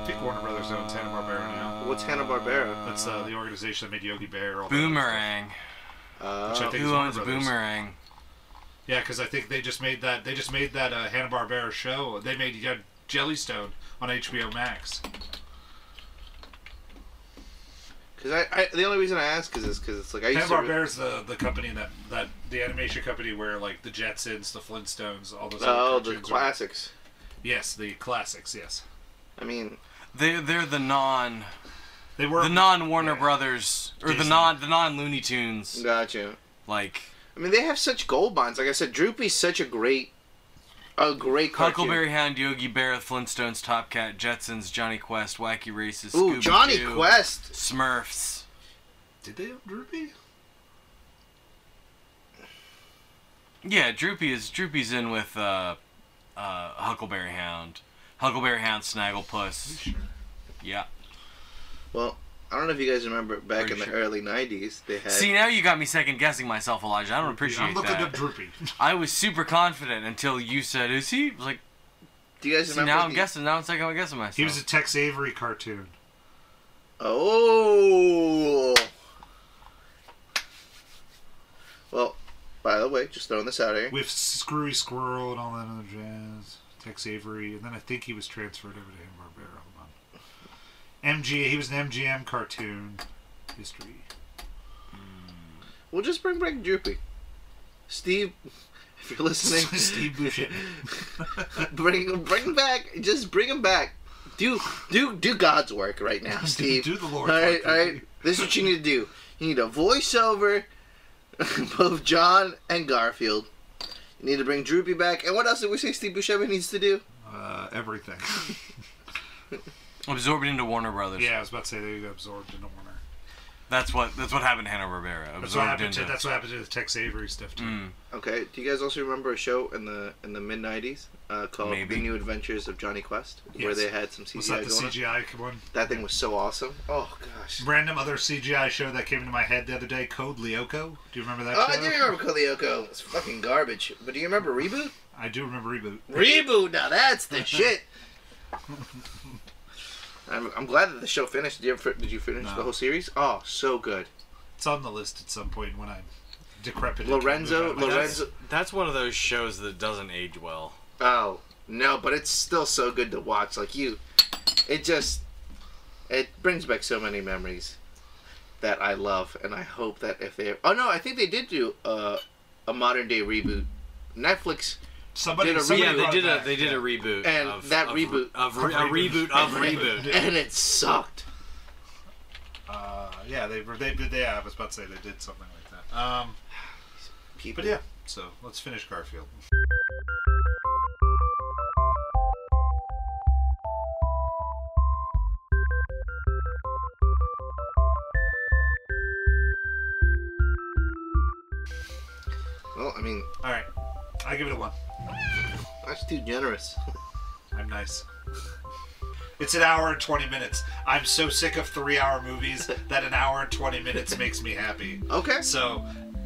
Speaker 3: I think Warner Brothers owns Hanna-Barbera now.
Speaker 1: What's Hanna-Barbera?
Speaker 3: That's uh, the organization that made Yogi Bear. All that other
Speaker 2: Boomerang.
Speaker 1: Uh,
Speaker 3: Which I think-
Speaker 2: Who
Speaker 3: Warner
Speaker 2: owns
Speaker 3: Brothers.
Speaker 2: Boomerang?
Speaker 3: stuff. Yeah, because I think they just made that. They just made that uh, Hanna Barbera show. They made uh, Jellystone on HBO Max.
Speaker 1: Because I, I, the only reason I ask is because it's like I used to.
Speaker 3: Hanna
Speaker 1: re-
Speaker 3: Barbera's the the company that that the animation company where like the Jetsons, the Flintstones, all those.
Speaker 1: oh,
Speaker 3: other
Speaker 1: the
Speaker 3: cartoons are-
Speaker 1: classics.
Speaker 3: Yes, the classics. Yes,
Speaker 1: I mean,
Speaker 2: They they're the non
Speaker 3: they were.
Speaker 2: the non Warner
Speaker 3: Yeah.
Speaker 2: Brothers or the
Speaker 3: Disney.
Speaker 2: non the non Looney Tunes
Speaker 1: gotcha.
Speaker 2: like
Speaker 1: I mean, they have such gold bonds. Like I said, Droopy's such a great, a great cartoon.
Speaker 2: Huckleberry Hound, Yogi Bear, Flintstones, Top Cat, Jetsons, Johnny Quest, Wacky Races,
Speaker 1: Ooh,
Speaker 2: Scooby-Doo,
Speaker 1: Johnny Quest.
Speaker 2: Smurfs.
Speaker 3: Did they have Droopy?
Speaker 2: Yeah, Droopy is Droopy's in with uh, uh, Huckleberry Hound, Huckleberry Hound, Snagglepuss.
Speaker 3: Sure.
Speaker 2: Yeah.
Speaker 1: Well, I don't know if you guys remember back
Speaker 2: Pretty
Speaker 1: in the
Speaker 2: sure.
Speaker 1: early '90s, they had.
Speaker 2: See, now you got me second guessing myself, Elijah. I don't appreciate
Speaker 3: I'm looking up
Speaker 2: that.
Speaker 3: Droopy.
Speaker 2: I was super confident until you said, "Is he?" I was like,
Speaker 1: do you guys
Speaker 2: see,
Speaker 1: remember?
Speaker 2: now I'm
Speaker 1: the-
Speaker 2: guessing. Now I'm second guessing myself.
Speaker 3: He was a Tex Avery cartoon.
Speaker 1: Oh. Well, by the way, just throwing this out here.
Speaker 3: with Screwy Squirrel and all that other jazz, Tex Avery, and then I think he was transferred over to him Barbera. Hold on. MG, he was an MGM cartoon history.
Speaker 1: We'll just bring back Droopy. Steve, if you're listening,
Speaker 3: Steve Buscemi.
Speaker 1: bring bring him back. Just bring him back. Do do do God's work right now, Steve.
Speaker 3: Do the
Speaker 1: all
Speaker 3: Lord's
Speaker 1: right,
Speaker 3: work,
Speaker 1: all right.
Speaker 3: Droopy.
Speaker 1: This is what you need to do. You need a voiceover, both John and Garfield. You need to bring Droopy back. And what else did we say Steve Buscemi needs to do?
Speaker 3: Uh, everything.
Speaker 2: absorbed into Warner Brothers.
Speaker 3: Yeah, I was about to say they got absorbed into Warner.
Speaker 2: That's what that's what happened to Hanna Barbera.
Speaker 3: That's what
Speaker 2: Absorbed
Speaker 3: happened to
Speaker 2: into.
Speaker 3: that's what happened to the Tex Avery stuff too.
Speaker 2: Mm.
Speaker 1: Okay. Do you guys also remember a show in the in the mid '90s uh, called
Speaker 2: Maybe.
Speaker 1: The New Adventures of Johnny Quest, where
Speaker 3: Yes.
Speaker 1: they had some CGI
Speaker 3: Was that the
Speaker 1: going on?
Speaker 3: CGI one?
Speaker 1: That thing was so awesome. Oh gosh.
Speaker 3: Random other CGI show that came into my head the other day, Code Lyoko. Do you remember that
Speaker 1: Oh,
Speaker 3: show?
Speaker 1: I do remember Coleoco. It's fucking garbage. But do you remember Reboot?
Speaker 3: I do remember reboot.
Speaker 1: Reboot. Now that's the shit. I'm, I'm glad that the show finished. Did you, ever, did you finish
Speaker 3: No.
Speaker 1: the whole series? Oh, so good.
Speaker 3: It's on the list at some point when I'm decrepit.
Speaker 1: Lorenzo-
Speaker 3: Move out.
Speaker 1: Lorenzo-
Speaker 2: That's, that's one of those shows that doesn't age well.
Speaker 1: Oh no, but it's still so good to watch. Like you, it just it brings back so many memories that I love, and I hope that if they oh no, I think they did do a a modern day reboot. Netflix
Speaker 3: Somebody,
Speaker 1: Did a
Speaker 3: somebody
Speaker 2: yeah, they
Speaker 3: brought
Speaker 2: did
Speaker 3: back,
Speaker 2: a they did
Speaker 3: yeah.
Speaker 2: a reboot
Speaker 1: And
Speaker 2: of,
Speaker 1: that
Speaker 2: of-
Speaker 1: reboot-
Speaker 2: of, re- a
Speaker 3: Reboot.
Speaker 2: reboot of reboot.
Speaker 1: and it sucked.
Speaker 3: Uh, yeah, they were- they did. Yeah, I was about to say they did something like that. Um,
Speaker 1: People.
Speaker 3: but yeah, so let's finish Garfield.
Speaker 1: Well, I mean,
Speaker 3: All right, I give it a one.
Speaker 1: that's too generous.
Speaker 3: I'm nice. It's an hour and twenty minutes. I'm so sick of three-hour movies that an hour and twenty minutes makes me happy.
Speaker 1: Okay.
Speaker 3: So.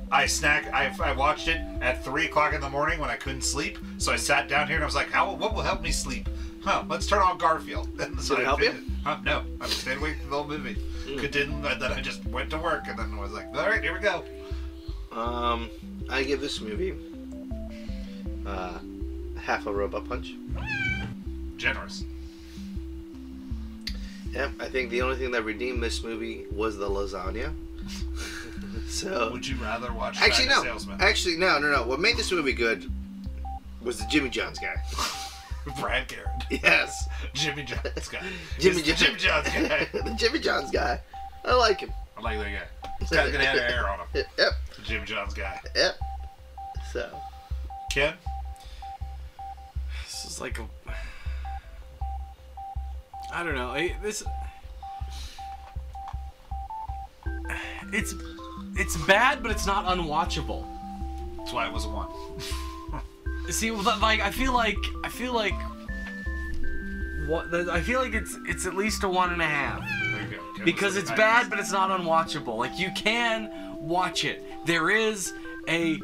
Speaker 3: I snack. I, I watched it at three o'clock in the morning when I couldn't sleep. So I sat down here and I was like, "How? What will help me sleep? Huh? Let's turn on Garfield." And so
Speaker 1: Did it
Speaker 3: I
Speaker 1: help you? Hmm.
Speaker 3: did Huh, no, I stayed awake for the whole movie. Could didn't. Then I just went to work and then I was like, "All right, here we go."
Speaker 1: Um, I give this movie uh, half a robot punch.
Speaker 3: Generous.
Speaker 1: Yep, I think the only thing that redeemed this movie was the lasagna. so
Speaker 3: Would you rather watch
Speaker 1: actually
Speaker 3: Dragon
Speaker 1: no,
Speaker 3: Salesman?
Speaker 1: actually no, no, no. What made this movie good was the Jimmy John's guy.
Speaker 3: Brad Garrett.
Speaker 1: Yes,
Speaker 3: Jimmy John's guy.
Speaker 1: Jimmy
Speaker 3: He's
Speaker 1: John's.
Speaker 3: the Jimmy John's guy.
Speaker 1: the Jimmy John's guy. I like him.
Speaker 3: I like that guy. He's got good head of hair on him.
Speaker 1: Yep,
Speaker 3: The Jimmy John's guy.
Speaker 1: yep. So
Speaker 3: Ken?
Speaker 2: This is like a. I don't know. I this. It's, it's bad, but it's not unwatchable.
Speaker 3: That's why it was a one.
Speaker 2: See, but, like I feel like I feel like. What the- I feel like it's it's at least a one and a half
Speaker 3: There you go. Ken was
Speaker 2: because
Speaker 3: like,
Speaker 2: it's
Speaker 3: I-
Speaker 2: bad, but it's not unwatchable. Like you can watch it. There is a,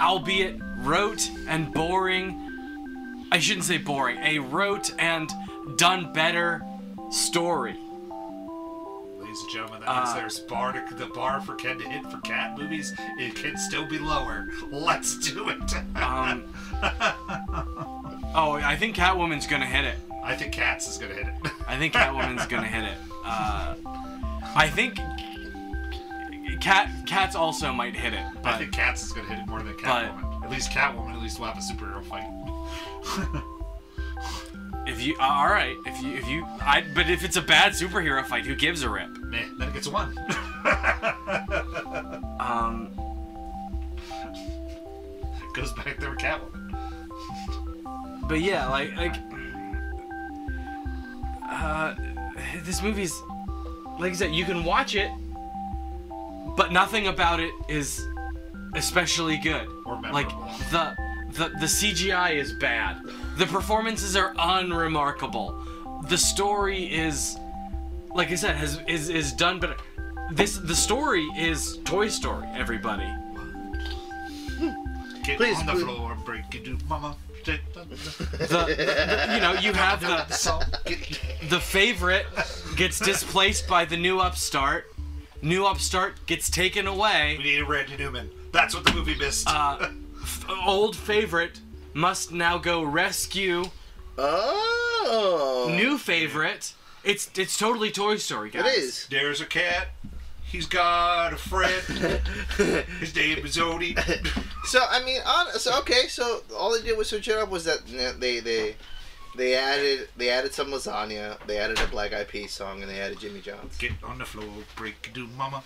Speaker 2: albeit rote and boring. I shouldn't say boring. A rote and done better story.
Speaker 3: Ladies and gentlemen, that means
Speaker 2: Uh,
Speaker 3: there's bar to, the bar for Ken to hit for cat movies. It can still be lower. Let's do it.
Speaker 2: Um, oh, I think Catwoman's gonna hit it.
Speaker 3: I think Cats is gonna hit it.
Speaker 2: I think Catwoman's gonna hit it. Uh, I think Cat Cats also might hit it,
Speaker 3: I
Speaker 2: but
Speaker 3: think Cats is gonna hit it more than Catwoman. At least Catwoman, at least will have a superhero fight.
Speaker 2: if you uh, all right, if you if you I but if it's a bad superhero fight, who gives a rip?
Speaker 3: Man, then it gets a one.
Speaker 2: Um,
Speaker 3: Goes back there with Catwoman.
Speaker 2: but yeah, like like uh, this movie's like I said, you can watch it, but nothing about it is especially good.
Speaker 3: Or
Speaker 2: like
Speaker 3: memorable.
Speaker 2: the the the CGI is bad. The performances are unremarkable. The story is like I said has is is done better. This the story is Toy Story. Everybody.
Speaker 3: Get
Speaker 1: Please,
Speaker 3: on the
Speaker 1: please.
Speaker 3: floor, break it, do mama. Shake the- the-
Speaker 2: The, the- you know you have the
Speaker 3: the salt. Get-
Speaker 2: the favorite gets displaced by the new upstart. New upstart gets taken
Speaker 3: We
Speaker 2: away.
Speaker 3: need a Randy Newman. That's what the movie missed.
Speaker 2: Uh, f- old favorite must now go rescue
Speaker 1: oh,
Speaker 2: new favorite. It's it's totally Toy Story, guys.
Speaker 1: it is.
Speaker 3: There's a cat. He's got a friend. His name is Odie.
Speaker 1: So I mean, on, so okay, so all they did was switch it up was that you know, they they they added they added some lasagna, they added a Black Eyed Peas song, and they added Jimmy John's.
Speaker 3: Get on the floor, break it, do mama.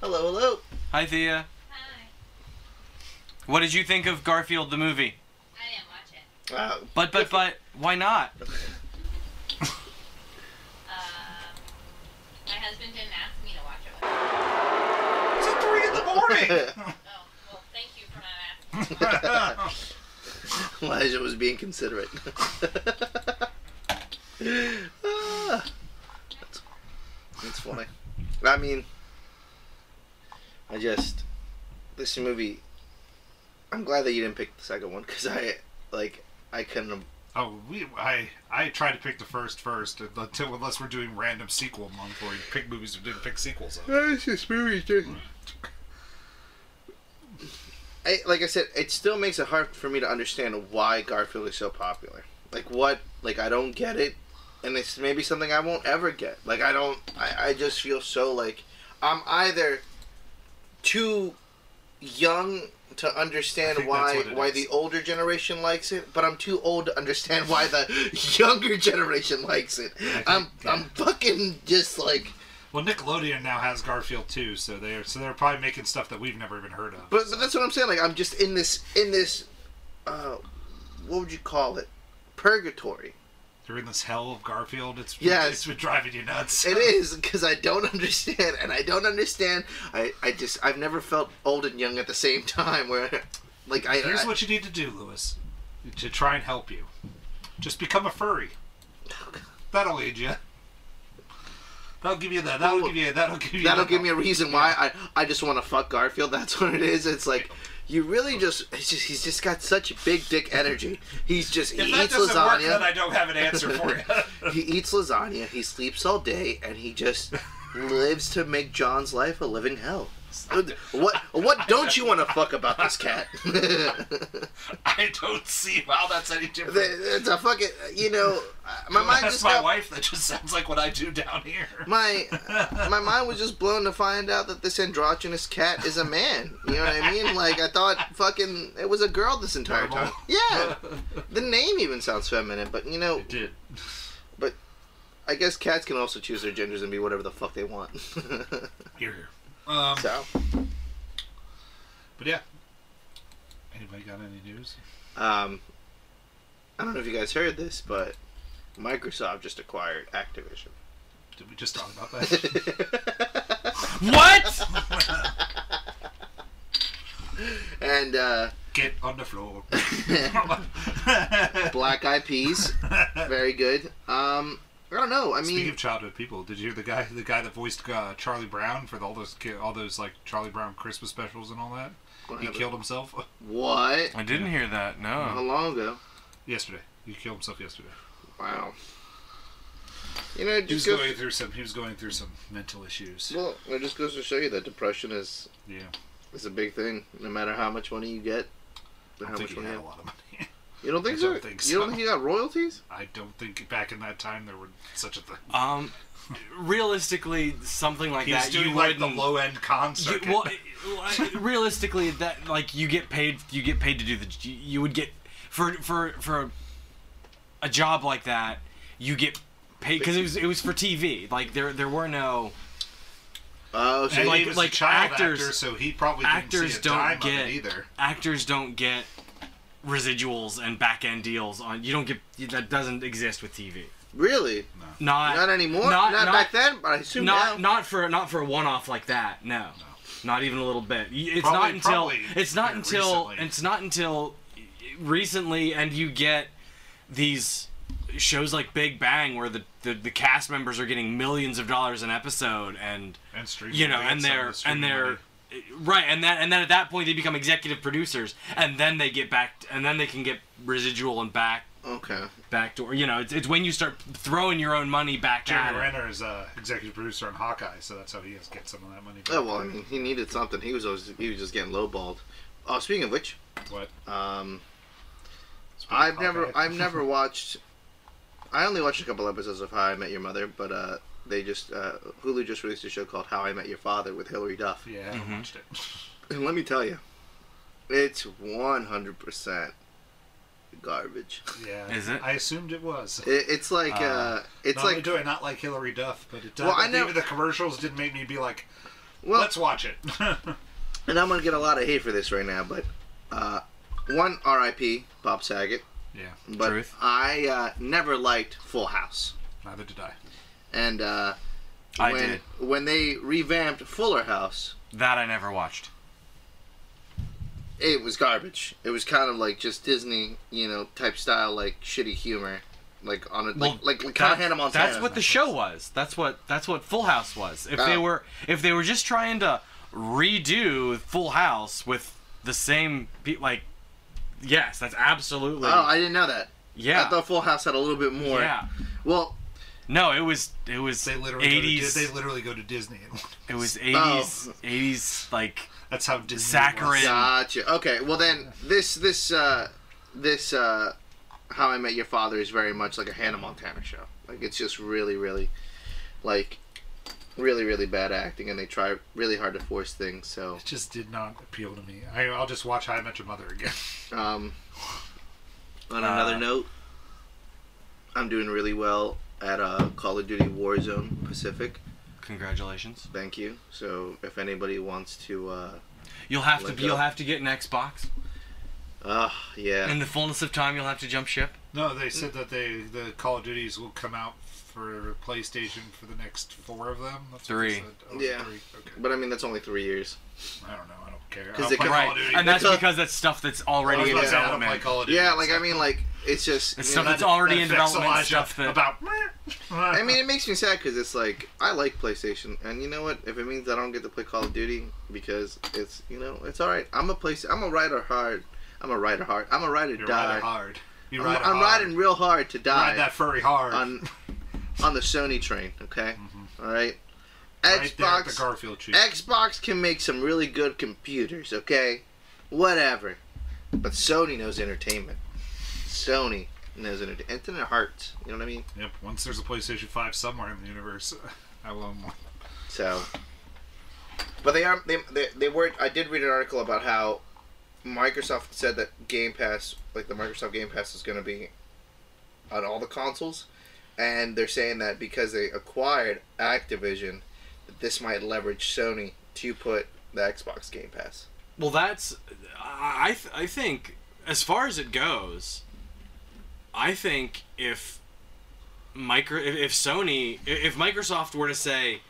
Speaker 1: Hello, hello.
Speaker 2: Hi Thea.
Speaker 4: Hi.
Speaker 2: What did you think of Garfield the movie?
Speaker 4: I didn't watch it.
Speaker 1: Wow.
Speaker 2: But but but why not?
Speaker 4: Uh, my husband didn't ask me to watch it. With him.
Speaker 3: It's at three in the morning.
Speaker 4: Oh, well, thank you for not asking.
Speaker 1: Elijah was being considerate. Ah, that's, that's funny. I mean, I just this movie. I'm glad that you didn't pick the second one because I like I couldn't. have-
Speaker 3: oh, we, I, I tried to pick the first first until unless we're doing random sequel month where you pick movies we didn't pick sequels of.
Speaker 1: I, like I said, it still makes it hard for me to understand why Garfield is so popular. Like what? Like I don't get it, and it's maybe something I won't ever get. Like I don't. I, I just feel so like I'm either too young to
Speaker 3: I
Speaker 1: understand
Speaker 3: think
Speaker 1: why
Speaker 3: that's what it
Speaker 1: why
Speaker 3: is.
Speaker 1: the older generation likes it, but I'm too old to understand why the younger generation likes it.
Speaker 3: think
Speaker 1: I'm
Speaker 3: that-
Speaker 1: I'm fucking just like.
Speaker 3: Well, Nickelodeon now has Garfield too, so they're so they're probably making stuff that we've never even heard of.
Speaker 1: But, but that's what I'm saying. Like I'm just in this in this, uh, what would you call it? Purgatory.
Speaker 3: They're in this hell of Garfield. It's
Speaker 1: Yes.
Speaker 3: it's been driving you nuts.
Speaker 1: It is because I don't understand, and I don't understand. I I just I've never felt old and young at the same time. Where, like I,
Speaker 3: Here's
Speaker 1: I-
Speaker 3: what you need to do, Lewis, to try and help you. Just become a furry. That'll aid you. That'll give you that. That'll give you. That'll give you.
Speaker 1: that'll give me a reason why I I just want to fuck Garfield. That's what it is. It's like. You really just, it's just he's just got such big dick energy. He's just
Speaker 3: If
Speaker 1: he
Speaker 3: that
Speaker 1: eats
Speaker 3: doesn't
Speaker 1: lasagna.
Speaker 3: work, then I don't have an answer for you.
Speaker 1: he eats lasagna, he sleeps all day, and he just lives to make John's life a living hell. What what don't you want to fuck about this cat?
Speaker 3: I don't see how that's any different.
Speaker 1: it's a fucking you know my mind
Speaker 3: that's
Speaker 1: just
Speaker 3: my
Speaker 1: got,
Speaker 3: wife. That just sounds like what I do down here.
Speaker 1: my my mind was just blown to find out that this androgynous cat is a man. You know what I mean? Like I thought fucking it was a girl this entire
Speaker 3: Normal.
Speaker 1: time. Yeah. The name even sounds feminine, but you know
Speaker 3: It did.
Speaker 1: I guess cats can also choose their genders and be whatever the fuck they want.
Speaker 3: Here, here. Um,
Speaker 1: so
Speaker 3: but yeah. Anybody got any news?
Speaker 1: um I don't know if you guys heard this, but Microsoft just acquired Activision.
Speaker 3: Did we just talk about that?
Speaker 2: What?
Speaker 1: and uh,
Speaker 3: Get on the floor.
Speaker 1: Black Eyed Peas, very good. Um, I don't know. I
Speaker 3: Speaking
Speaker 1: mean,
Speaker 3: of childhood people, did you hear the guy the guy that voiced uh, Charlie Brown for the, all those ki- all those like Charlie Brown Christmas specials and all that? He
Speaker 1: Whatever.
Speaker 3: killed himself
Speaker 1: what?
Speaker 2: I didn't hear that.
Speaker 1: How
Speaker 2: No.
Speaker 1: long ago?
Speaker 3: yesterday. He killed himself yesterday.
Speaker 1: Wow. You know, it
Speaker 3: He was
Speaker 1: just goes.
Speaker 3: going through some he was going through some mental issues.
Speaker 1: Well, it just goes to show you that depression is
Speaker 3: Yeah.
Speaker 1: is a big thing. No matter how much money you get,
Speaker 3: I
Speaker 1: or how
Speaker 3: don't
Speaker 1: much
Speaker 3: think he
Speaker 1: money
Speaker 3: had
Speaker 1: you,
Speaker 3: a
Speaker 1: have.
Speaker 3: lot of money.
Speaker 1: you don't think
Speaker 3: I
Speaker 1: so?
Speaker 3: don't think
Speaker 1: You don't
Speaker 3: so.
Speaker 1: think you got royalties?
Speaker 3: I don't think back in that time there were such a thing.
Speaker 2: Um, realistically, something like
Speaker 3: He was
Speaker 2: that
Speaker 3: doing
Speaker 2: you
Speaker 3: like the
Speaker 2: wouldn't.
Speaker 3: low end
Speaker 2: you-
Speaker 3: concert.
Speaker 2: well, it- realistically, that like you get paid, you get paid to do the. You would get for for for a job like that, you get paid because it was it was for TV. Like there there were no.
Speaker 1: Oh, so
Speaker 3: and
Speaker 1: you-
Speaker 3: he
Speaker 2: like-
Speaker 3: was
Speaker 2: like
Speaker 3: a child
Speaker 2: actors-
Speaker 3: actor, so he probably didn't
Speaker 2: actors
Speaker 3: see a
Speaker 2: don't
Speaker 3: dime of
Speaker 2: get
Speaker 3: it either.
Speaker 2: actors don't get residuals and back end deals on you don't get that doesn't exist with TV.
Speaker 1: really?
Speaker 2: Not
Speaker 1: Not anymore. Not, back then, but I assume
Speaker 2: Not
Speaker 1: now.
Speaker 2: not for not for a one off like that. No. Not even a little bit. Y- It's
Speaker 3: Probably-
Speaker 2: not until
Speaker 3: probably
Speaker 2: it's not
Speaker 3: here
Speaker 2: until
Speaker 3: recently.
Speaker 2: it's not until recently and you get these shows like Big Bang where the, the, the cast members are getting millions of dollars an episode and
Speaker 3: And streaming.
Speaker 2: you know,
Speaker 3: they
Speaker 2: and
Speaker 3: had some
Speaker 2: they're
Speaker 3: of the
Speaker 2: and
Speaker 3: streaming
Speaker 2: they're
Speaker 3: money.
Speaker 2: right, and that and then at that point they become executive producers, and then they get back, and then they can get residual and back
Speaker 1: okay.
Speaker 2: back door. You know, it's, it's when you start throwing your own money back
Speaker 3: Jeremy
Speaker 2: at it.
Speaker 3: Renner is uh, executive producer on Hawkeye, so that's how he has get some of that money. back.
Speaker 1: Oh well, I mean, he needed something. He was always he was just getting lowballed. Oh, speaking of which,
Speaker 3: What? Oh,
Speaker 1: um,
Speaker 3: Speaking of
Speaker 1: I've never
Speaker 3: Hawkeye.
Speaker 1: I've never watched. I only watched a couple episodes of How I Met Your Mother, but uh, they just uh, Hulu just released a show called How I Met Your Father with Hilary Duff,
Speaker 3: Yeah, I haven't watched it.
Speaker 1: and let me tell you, it's one hundred percent garbage.
Speaker 3: Yeah,
Speaker 2: Is it?
Speaker 3: I assumed it was.
Speaker 1: It, it's like uh, it's
Speaker 3: not only
Speaker 1: like
Speaker 3: do I not like Hillary Duff, but it does.
Speaker 1: Well, I know-
Speaker 3: even the commercials didn't make me be like,
Speaker 1: well,
Speaker 3: let's watch it.
Speaker 1: and I'm gonna get a lot of hate for this right now, but uh, one R.I.P. Bob Saget,
Speaker 3: yeah,
Speaker 1: but
Speaker 2: Truth.
Speaker 1: I uh, never liked Full House,
Speaker 3: neither did I.
Speaker 1: and uh,
Speaker 2: I
Speaker 1: when
Speaker 2: did
Speaker 1: when they revamped Fuller House.
Speaker 2: that. I never watched.
Speaker 1: it was garbage. It was kind of like just Disney, you know, type style, like shitty humor, like on a
Speaker 2: Well,
Speaker 1: like like, kind of
Speaker 2: that-
Speaker 1: Hannah Montana.
Speaker 2: That's what the show was. That's what that's what Full House was. If they
Speaker 1: Oh.
Speaker 2: were if they were just trying to redo Full House with the same pe- like. Yes, that's absolutely.
Speaker 1: Oh, I didn't know that.
Speaker 2: yeah,
Speaker 1: I thought Full House had a little bit more.
Speaker 2: yeah.
Speaker 1: Well,
Speaker 2: No, it was it was
Speaker 3: They literally
Speaker 2: eighties.
Speaker 3: Go to, Di- they literally go to Disney.
Speaker 2: It
Speaker 3: And,
Speaker 1: Oh.
Speaker 2: was eighties eighties like
Speaker 3: that's how Disney
Speaker 2: Saccharine.
Speaker 1: gotcha. Okay. Well, then this this uh this uh How I Met Your Father is very much like a Hannah Montana show. Like it's just really really like really really bad acting, and they try really hard to force things. So
Speaker 3: was. It just did not appeal to me. I, I'll just watch How I Met Your Mother again.
Speaker 1: Um, on
Speaker 2: Uh,
Speaker 1: another note, I'm doing really well at uh, Call of Duty Warzone Pacific.
Speaker 2: Congratulations.
Speaker 1: Thank you. So if anybody wants to, uh,
Speaker 2: You'll have
Speaker 1: Let
Speaker 2: to
Speaker 1: go.
Speaker 2: you'll have to get an Xbox.
Speaker 1: uh yeah,
Speaker 2: In the fullness of time, you'll have to jump ship.
Speaker 3: No, they said that they the Call of Duties will come out for PlayStation for the next four of them. That's what they
Speaker 2: Three.
Speaker 3: said. Oh,
Speaker 1: Yeah.
Speaker 3: three. Okay.
Speaker 1: but I mean that's only three years.
Speaker 3: I don't know. I don't care. I
Speaker 1: 'Cause
Speaker 3: don't
Speaker 1: they
Speaker 3: play
Speaker 1: come-
Speaker 3: Call
Speaker 2: Right,
Speaker 3: of Duty.
Speaker 2: and that's
Speaker 1: Because-
Speaker 2: because that's stuff that's
Speaker 3: I was
Speaker 2: already in
Speaker 3: about to say, I don't play
Speaker 2: development.
Speaker 3: Call of Duty.
Speaker 1: Yeah, like I mean, like it's just.
Speaker 2: It's
Speaker 1: you
Speaker 2: something
Speaker 1: know,
Speaker 2: It's already in
Speaker 3: affects
Speaker 2: development,
Speaker 3: Elijah
Speaker 2: stuff that-
Speaker 3: about.
Speaker 1: I mean, it makes me sad because it's like I like PlayStation, and you know what? If it means I don't get to play Call of Duty because it's you know it's all right. I'm a place. I'm a rider hard. I'm a rider hard. I'm a rider
Speaker 3: you're
Speaker 1: die.
Speaker 3: riding hard. You
Speaker 1: I'm,
Speaker 3: ride
Speaker 1: I'm
Speaker 3: hard.
Speaker 1: riding real hard to die.
Speaker 3: Ride that furry hard.
Speaker 1: on on the Sony train, okay? All right.
Speaker 3: right Mm-hmm. there at the
Speaker 1: Xbox-
Speaker 3: Garfield tree.
Speaker 1: Xbox can make some really good computers, okay? Whatever. But Sony knows entertainment. Sony knows entertainment. It's in their hearts. You know what I mean?
Speaker 3: Yep. Once there's a PlayStation Five somewhere in the universe, I will own one.
Speaker 1: So. But they are. They, they, they were. I did read an article about how Microsoft said that Game Pass, like the Microsoft Game Pass, is going to be on all the consoles. And they're saying that because they acquired Activision, that this might leverage Sony to put the Xbox Game Pass.
Speaker 2: Well, that's. I I th- I think as far as it goes, I think if micro if, if Sony i- if Microsoft were to say,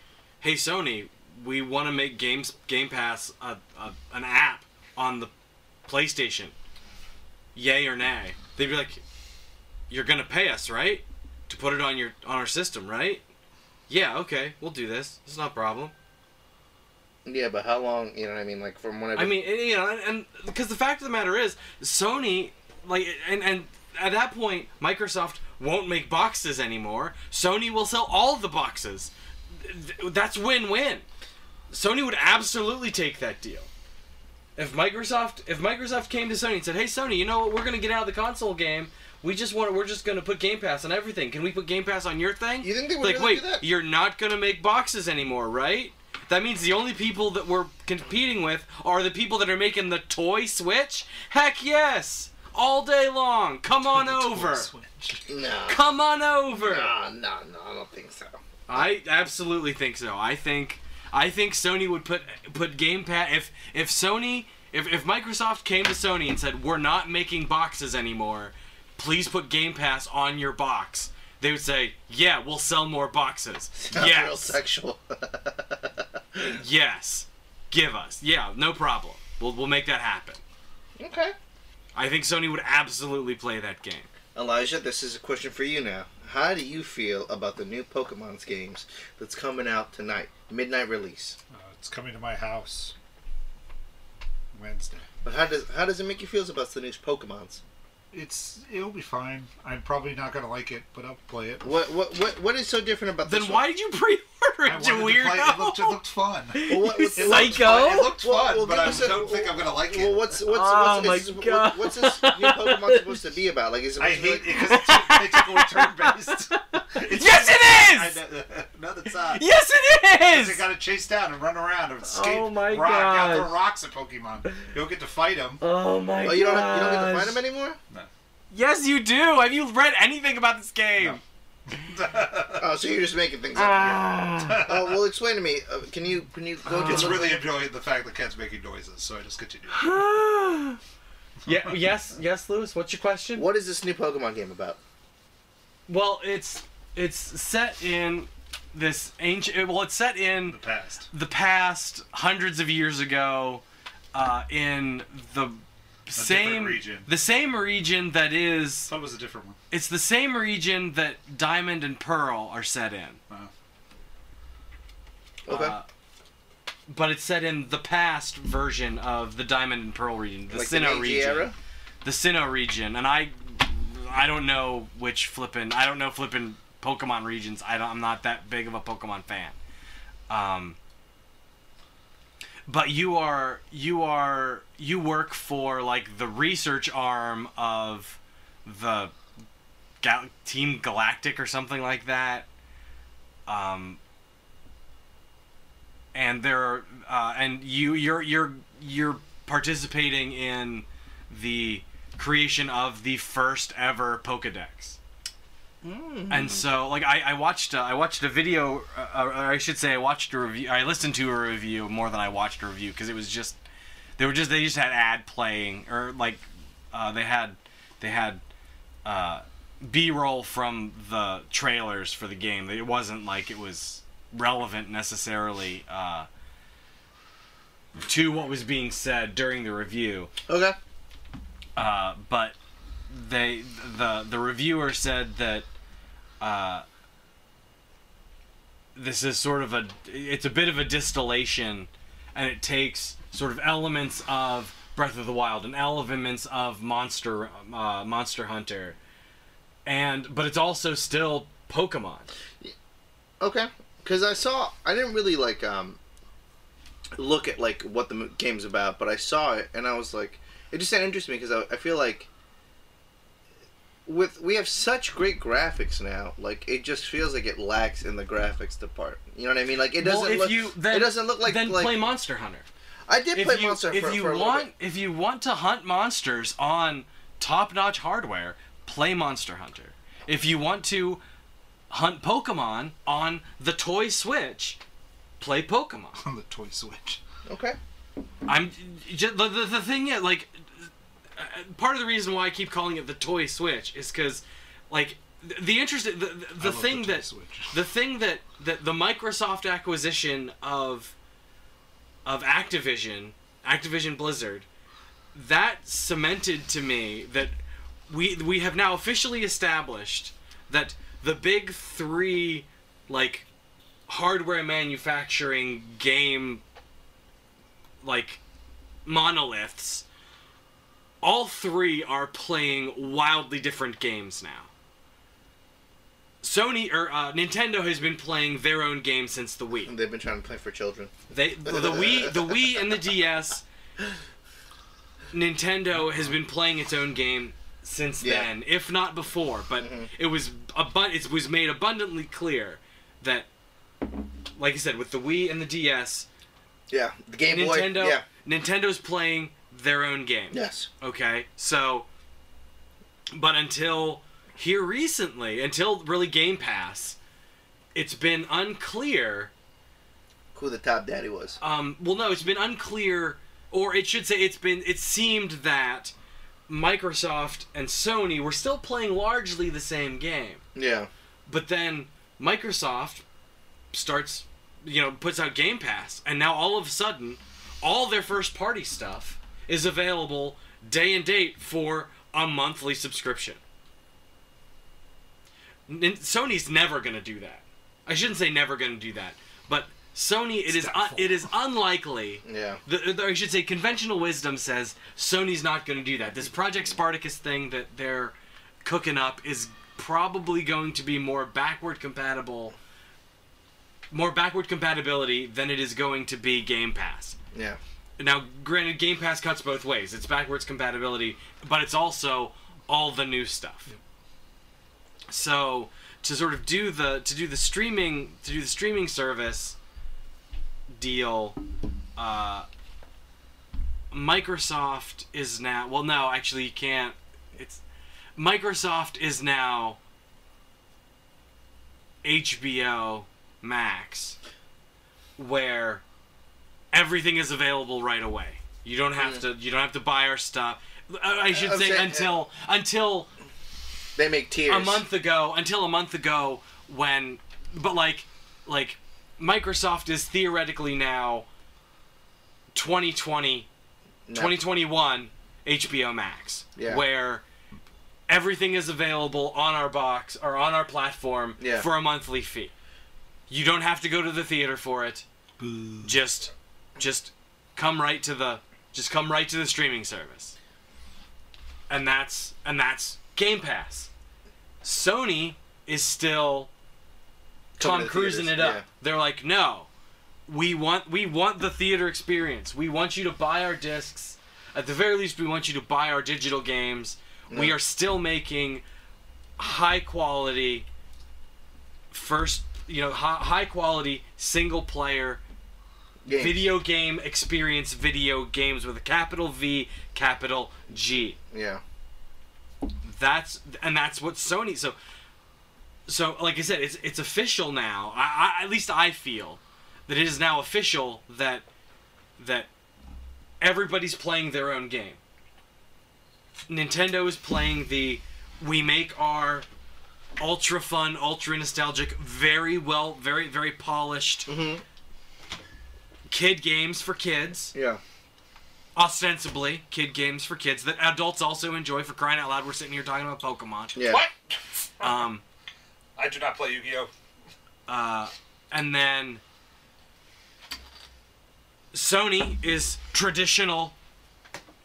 Speaker 2: "Hey Sony, we want to make games Game Pass a, a, an app on the PlayStation," yay or nay, they'd be like, "You're gonna pay us, right, to put it on your on our system, right?" Yeah, okay, we'll do this. It's not a problem.
Speaker 1: Yeah, but how long? You know what I mean? Like from whenever.
Speaker 2: I mean, and, you know, and because the fact of the matter is, Sony, like, and and at that point, Microsoft won't make boxes anymore. Sony will sell all the boxes. Th- That's win-win. Sony would absolutely take that deal. If Microsoft, if Microsoft came to Sony and said, "Hey, Sony, you know what? We're gonna get out of the console game. We just want, we're just gonna put Game Pass on everything. Can we put Game Pass on your thing?"
Speaker 1: You think they would
Speaker 2: like,
Speaker 1: really
Speaker 2: wait,
Speaker 1: do that?
Speaker 2: you're not gonna make boxes anymore, right? That means the only people that we're competing with are the people that are making the toy Switch. Heck yes, all day long. Come on over.
Speaker 3: Switch.
Speaker 1: no.
Speaker 2: Come on over.
Speaker 1: No, no, no, I don't think so.
Speaker 2: I absolutely think so. I think I think Sony would put put Game Pass if if Sony if, if Microsoft came to Sony and said we're not making boxes anymore, please put Game Pass on your box. They would say, "Yeah, we'll sell more boxes."
Speaker 1: Not real
Speaker 2: yes,
Speaker 1: sexual.
Speaker 2: yes, give us. Yeah, no problem. We'll we'll make that happen.
Speaker 1: okay.
Speaker 2: I think Sony would absolutely play that game.
Speaker 1: Elijah, this is a question for you now. How do you feel about the new Pokemon's games that's coming out tonight? Midnight release.
Speaker 3: Uh, it's coming to my house Wednesday.
Speaker 1: But how does how does it make you feel about the new Pokemon's?
Speaker 3: It's it'll be fine. I'm probably not gonna like it, but I'll play it.
Speaker 1: What what what, what is so different about
Speaker 2: Then
Speaker 1: this
Speaker 2: why did you pre-order
Speaker 3: I
Speaker 2: it, you
Speaker 3: wanted to play it. It looked, it
Speaker 2: weirdo?
Speaker 3: looked fun.
Speaker 1: One? Well, what-
Speaker 2: You
Speaker 1: it looks
Speaker 2: psycho.
Speaker 3: It looked
Speaker 1: Well,
Speaker 3: fun,
Speaker 1: well,
Speaker 3: but
Speaker 1: give
Speaker 3: I
Speaker 1: us a-
Speaker 3: don't think I'm gonna like
Speaker 1: Well,
Speaker 3: it.
Speaker 1: what's what's what's,
Speaker 2: Oh my
Speaker 1: is, what-
Speaker 2: God.
Speaker 1: what's this new Pokemon supposed to be about? Like is it
Speaker 3: I
Speaker 1: supposed to be
Speaker 3: hate it
Speaker 1: like,
Speaker 3: because it's they took away turn based.
Speaker 2: Yes, it
Speaker 3: No, that's not.
Speaker 2: Yes, it is.
Speaker 3: They gotta chase down and run around and escape.
Speaker 2: Oh my
Speaker 3: rock, Out
Speaker 2: God.
Speaker 3: there rocks at Pokemon. You don't get to fight them.
Speaker 2: Oh my
Speaker 1: Oh, you don't have, you don't get to find them anymore?
Speaker 2: Yes, you do. Have you read anything about this game?
Speaker 1: Oh, so you're just making things up.
Speaker 2: Ah.
Speaker 1: Oh, well, explain to me. Uh, can you can you go to
Speaker 3: it's
Speaker 1: a little-
Speaker 3: really enjoying the fact that cat's making noises, so I just continue.
Speaker 2: yeah. Yes. Yes, Lewis. What's your question?
Speaker 1: What is this new Pokemon game about?
Speaker 2: Well, it's it's set in this ancient. Well, it's set in
Speaker 3: The past.
Speaker 2: the past hundreds of years ago uh, in the same
Speaker 3: region.
Speaker 2: the same region that is
Speaker 3: That was a different one.
Speaker 2: It's the same region that Diamond and Pearl are set in.
Speaker 3: uh,
Speaker 1: Okay.
Speaker 2: Uh, but it's set in the past version of the Diamond and Pearl region, the
Speaker 1: like the
Speaker 2: Sinnoh
Speaker 1: Meiji
Speaker 2: region.
Speaker 1: era?
Speaker 2: The Sinnoh region, and I, I don't know which flippin', I don't know flippin' Pokemon regions. I don't, I'm not that big of a Pokemon fan. Um, but you are, you are, you work for like the research arm of the Gal- Team Galactic or something like that. Um, and there are, uh, and you you're you're you're participating in the creation of the first ever Pokedex. And so, like, I, I watched uh, I watched a video, uh, or I should say, I watched a review. I listened to a review more than I watched a review because it was just they were just they just had ad playing or like uh, they had they had uh, b-roll from the trailers for the game it wasn't like it was relevant necessarily uh, to what was being said during the review
Speaker 1: Okay.
Speaker 2: uh, but they the the reviewer said that uh, this is sort of a it's a bit of a distillation, and it takes sort of elements of Breath of the Wild and elements of Monster uh, Monster Hunter, and but it's also still Pokemon.
Speaker 1: Okay. because I saw I didn't really like um look at like what the mo- game's about, but I saw it and I was like, it just didn't interest me because I, I feel like with we have such great graphics now, like it just feels like it lacks in the graphics department. You know what I mean? Like it doesn't
Speaker 2: well, if
Speaker 1: look
Speaker 2: you then,
Speaker 1: it doesn't look like
Speaker 2: then
Speaker 1: like
Speaker 2: play Monster Hunter.
Speaker 1: I did play
Speaker 2: If you
Speaker 1: Monster
Speaker 2: if
Speaker 1: for,
Speaker 2: you
Speaker 1: for a little
Speaker 2: want
Speaker 1: bit.
Speaker 2: if you want to hunt monsters on top-notch hardware, play Monster Hunter. If you want to hunt Pokemon on the toy Switch, play Pokemon.
Speaker 3: on the toy switch.
Speaker 1: Okay.
Speaker 2: I'm just, the, the the thing is like uh, part of the reason why I keep calling it the toy switch is because like the, the interest the, the, the
Speaker 3: love
Speaker 2: thing
Speaker 3: the toy
Speaker 2: that
Speaker 3: Switch.
Speaker 2: the thing that, that the Microsoft acquisition of of Activision Activision Blizzard that cemented to me that we we have now officially established that the big three like hardware manufacturing game like monoliths all three are playing wildly different games now sony or uh, nintendo has been playing their own game since the wii
Speaker 1: And they've been trying to play for children.
Speaker 2: they the Wii, the Wii, and the DS. Nintendo has been playing its own game since
Speaker 1: Yeah.
Speaker 2: then, if not before. But it was abu- it was made abundantly clear that, like I said, with the Wii and the DS,
Speaker 1: Yeah. The Game
Speaker 2: Nintendo
Speaker 1: Boy. Yeah.
Speaker 2: Nintendo's playing their own game.
Speaker 1: Yes.
Speaker 2: Okay, so, but until here recently, until really Game Pass, it's been unclear
Speaker 1: Who the top daddy was.
Speaker 2: um, well no it's been unclear or it should say it's been it seemed that microsoft and sony were still playing largely the same game
Speaker 1: Yeah.
Speaker 2: but then microsoft starts you know puts out game pass and now all of a sudden all their first party stuff is available day and date for a monthly subscription Nin- sony's never going to do that i shouldn't say never going to do that but sony it is un-
Speaker 3: Doubtful.
Speaker 2: it is unlikely
Speaker 1: Yeah.
Speaker 2: the, the, I should say conventional wisdom says Sony's not going to do that. This Project Spartacus thing that they're cooking up is probably going to be more backward compatible, more backward compatibility than it is going to be Game Pass.
Speaker 1: Yeah.
Speaker 2: Now, granted, Game Pass cuts both ways. It's backwards compatibility, but it's also all the new stuff. So to sort of do the to do the streaming to do the streaming service deal, uh, Microsoft is now well no actually you can't it's Microsoft is now HBO Max where everything is available right away. You don't have to. You don't have to buy our stuff. I I should
Speaker 1: I'm
Speaker 2: say
Speaker 1: saying-
Speaker 2: until until
Speaker 1: They make tears.
Speaker 2: a month ago. Until a month ago, when but like like Microsoft is theoretically now 2020
Speaker 1: No.
Speaker 2: 2021 HBO Max,
Speaker 1: Yeah.
Speaker 2: where everything is available on our box or on our platform
Speaker 1: Yeah.
Speaker 2: for a monthly fee. You don't have to go to the theater for it.
Speaker 3: Boo.
Speaker 2: Just just come right to the just come right to the streaming service. And that's and that's Game Pass. Sony is still
Speaker 1: Coming
Speaker 2: Tom
Speaker 1: to
Speaker 2: cruising
Speaker 1: theaters,
Speaker 2: it up.
Speaker 1: yeah.
Speaker 2: They're like, no, we want we want the theater experience. We want you to buy our discs. At the very least, we want you to buy our digital games. We
Speaker 1: Yeah.
Speaker 2: are still making high quality first, you know, high, high quality single player
Speaker 1: Games.
Speaker 2: video game experience video games with a capital V, capital G
Speaker 1: Yeah.
Speaker 2: that's and that's what Sony. So, so like I said, it's it's official now. I, I at least I feel that it is now official that that everybody's playing their own game. Nintendo is playing the we make our ultra fun, ultra nostalgic, very well, very very polished kid games for kids
Speaker 1: Yeah.
Speaker 2: ostensibly kid games for kids that adults also enjoy for crying out loud we're sitting here talking about pokemon
Speaker 1: Yeah.
Speaker 5: What?
Speaker 2: um
Speaker 5: I do not play Yu-Gi-Oh.
Speaker 2: uh and then sony is traditional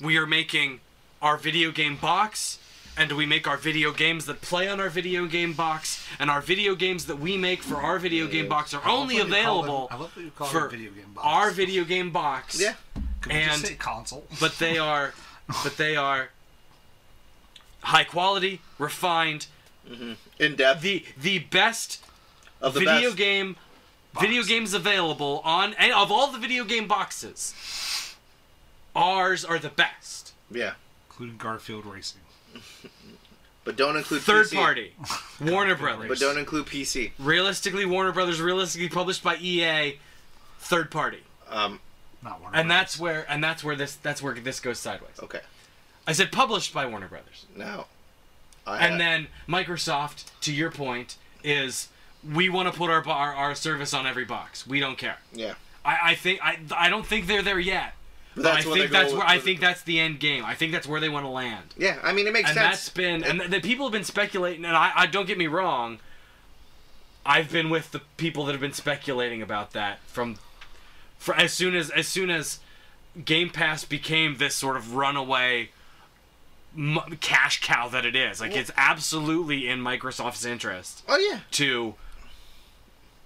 Speaker 2: we are making our video game box and we make our video games that play on our video game box, and our video games that we make for our video game box are
Speaker 3: I love
Speaker 2: only
Speaker 3: what you call
Speaker 2: available
Speaker 3: them- I love what you call
Speaker 2: for
Speaker 3: them video game box.
Speaker 2: our video game box.
Speaker 1: Yeah.
Speaker 3: Could we just
Speaker 2: and-
Speaker 3: say console?
Speaker 2: But they are, but they are high quality, refined,
Speaker 1: In depth
Speaker 2: the the best
Speaker 1: of the
Speaker 2: video
Speaker 1: best.
Speaker 2: game video games available on and of all the video game boxes. Ours are the best.
Speaker 1: Yeah.
Speaker 3: including Garfield Racing.
Speaker 1: But don't include
Speaker 2: Third
Speaker 1: PC.
Speaker 2: party, Warner Brothers.
Speaker 1: But don't include PC.
Speaker 2: realistically Warner Brothers, realistically published by EA, third party,
Speaker 1: Um,
Speaker 3: Not one.
Speaker 2: and that's where and that's where this that's where this goes sideways.
Speaker 1: okay.
Speaker 2: I said published by Warner Brothers,
Speaker 1: Now. I
Speaker 2: and then Microsoft, to your point, is we want to put our, our our service on every box. We don't care.
Speaker 1: Yeah.
Speaker 2: I, I think I I don't think they're there yet.
Speaker 1: But
Speaker 2: But I
Speaker 1: where
Speaker 2: think
Speaker 1: they're
Speaker 2: that's
Speaker 1: going
Speaker 2: where
Speaker 1: with-
Speaker 2: I think that's the end game. I think that's where they want to land.
Speaker 1: Yeah, I mean, it makes
Speaker 2: and
Speaker 1: sense.
Speaker 2: that's been and the, the people have been speculating and I, I don't get me wrong i've been with the people that have been speculating about that from for as soon as as soon as game pass became this sort of runaway mu cash cow that it is like it's absolutely in microsoft's interest
Speaker 1: Oh yeah,
Speaker 2: to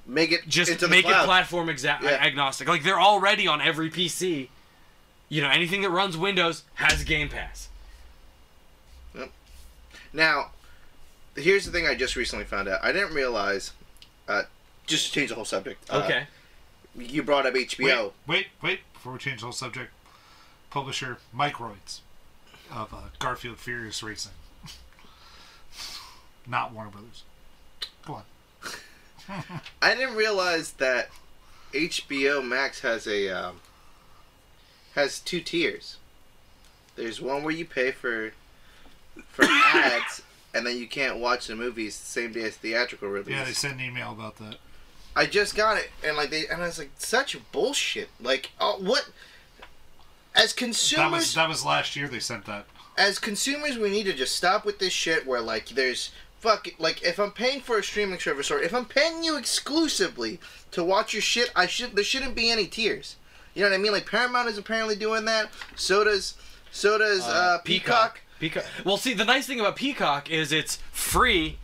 Speaker 1: make it
Speaker 2: just
Speaker 1: into the
Speaker 2: make
Speaker 1: cloud.
Speaker 2: it platform exa-
Speaker 1: Yeah.
Speaker 2: agnostic like they're already on every pc you know anything that runs windows has game pass
Speaker 1: Now, here's the thing I just recently found out. I didn't realize. Uh, just to change the whole subject. uh,
Speaker 2: okay
Speaker 1: you brought up HBO.
Speaker 3: wait, wait, wait! Before we change the whole subject, publisher Microids of uh, Garfield Furious Racing, not Warner Brothers. Go on.
Speaker 1: I didn't realize that HBO Max has a um, has two tiers. There's one where you pay for for ads, and then you can't watch the movies the same day as theatrical release.
Speaker 3: Yeah, they sent an email about that.
Speaker 1: I just got it, and like they, and I was like, such bullshit. Like, oh, what? As consumers,
Speaker 3: That was that was last year. They sent that.
Speaker 1: as consumers, we need to just stop with this shit where like there's fuck like if I'm paying for a streaming service or if I'm paying you exclusively to watch your shit, I should there shouldn't be any tiers. You know what I mean? Like Paramount is apparently doing that. So does so does uh, Peacock.
Speaker 2: Peacock. Well, see, the nice thing about Peacock is it's free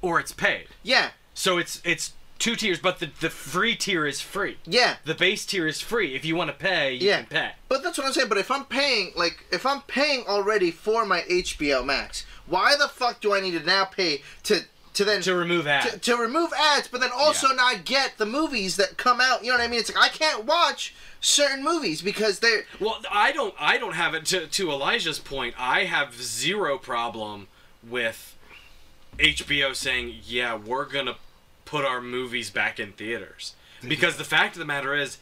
Speaker 2: or it's paid.
Speaker 1: Yeah,
Speaker 2: So it's it's two tiers, but the, the free tier is free.
Speaker 1: yeah.
Speaker 2: The base tier is free. If you want to pay, you
Speaker 1: Yeah.
Speaker 2: can pay.
Speaker 1: But that's what I'm saying. But if I'm paying, like, if I'm paying already for my HBO Max, why the fuck do I need to now pay to to then
Speaker 2: To remove
Speaker 1: to,
Speaker 2: ads.
Speaker 1: to remove ads, but then also
Speaker 2: Yeah.
Speaker 1: not get the movies that come out? You know what I mean? It's like I can't watch certain movies because they're
Speaker 2: Well, I don't I don't have it to to Elijah's point. I have zero problem with HBO saying, "Yeah, we're going to put our movies back in theaters." Because the fact of the matter is,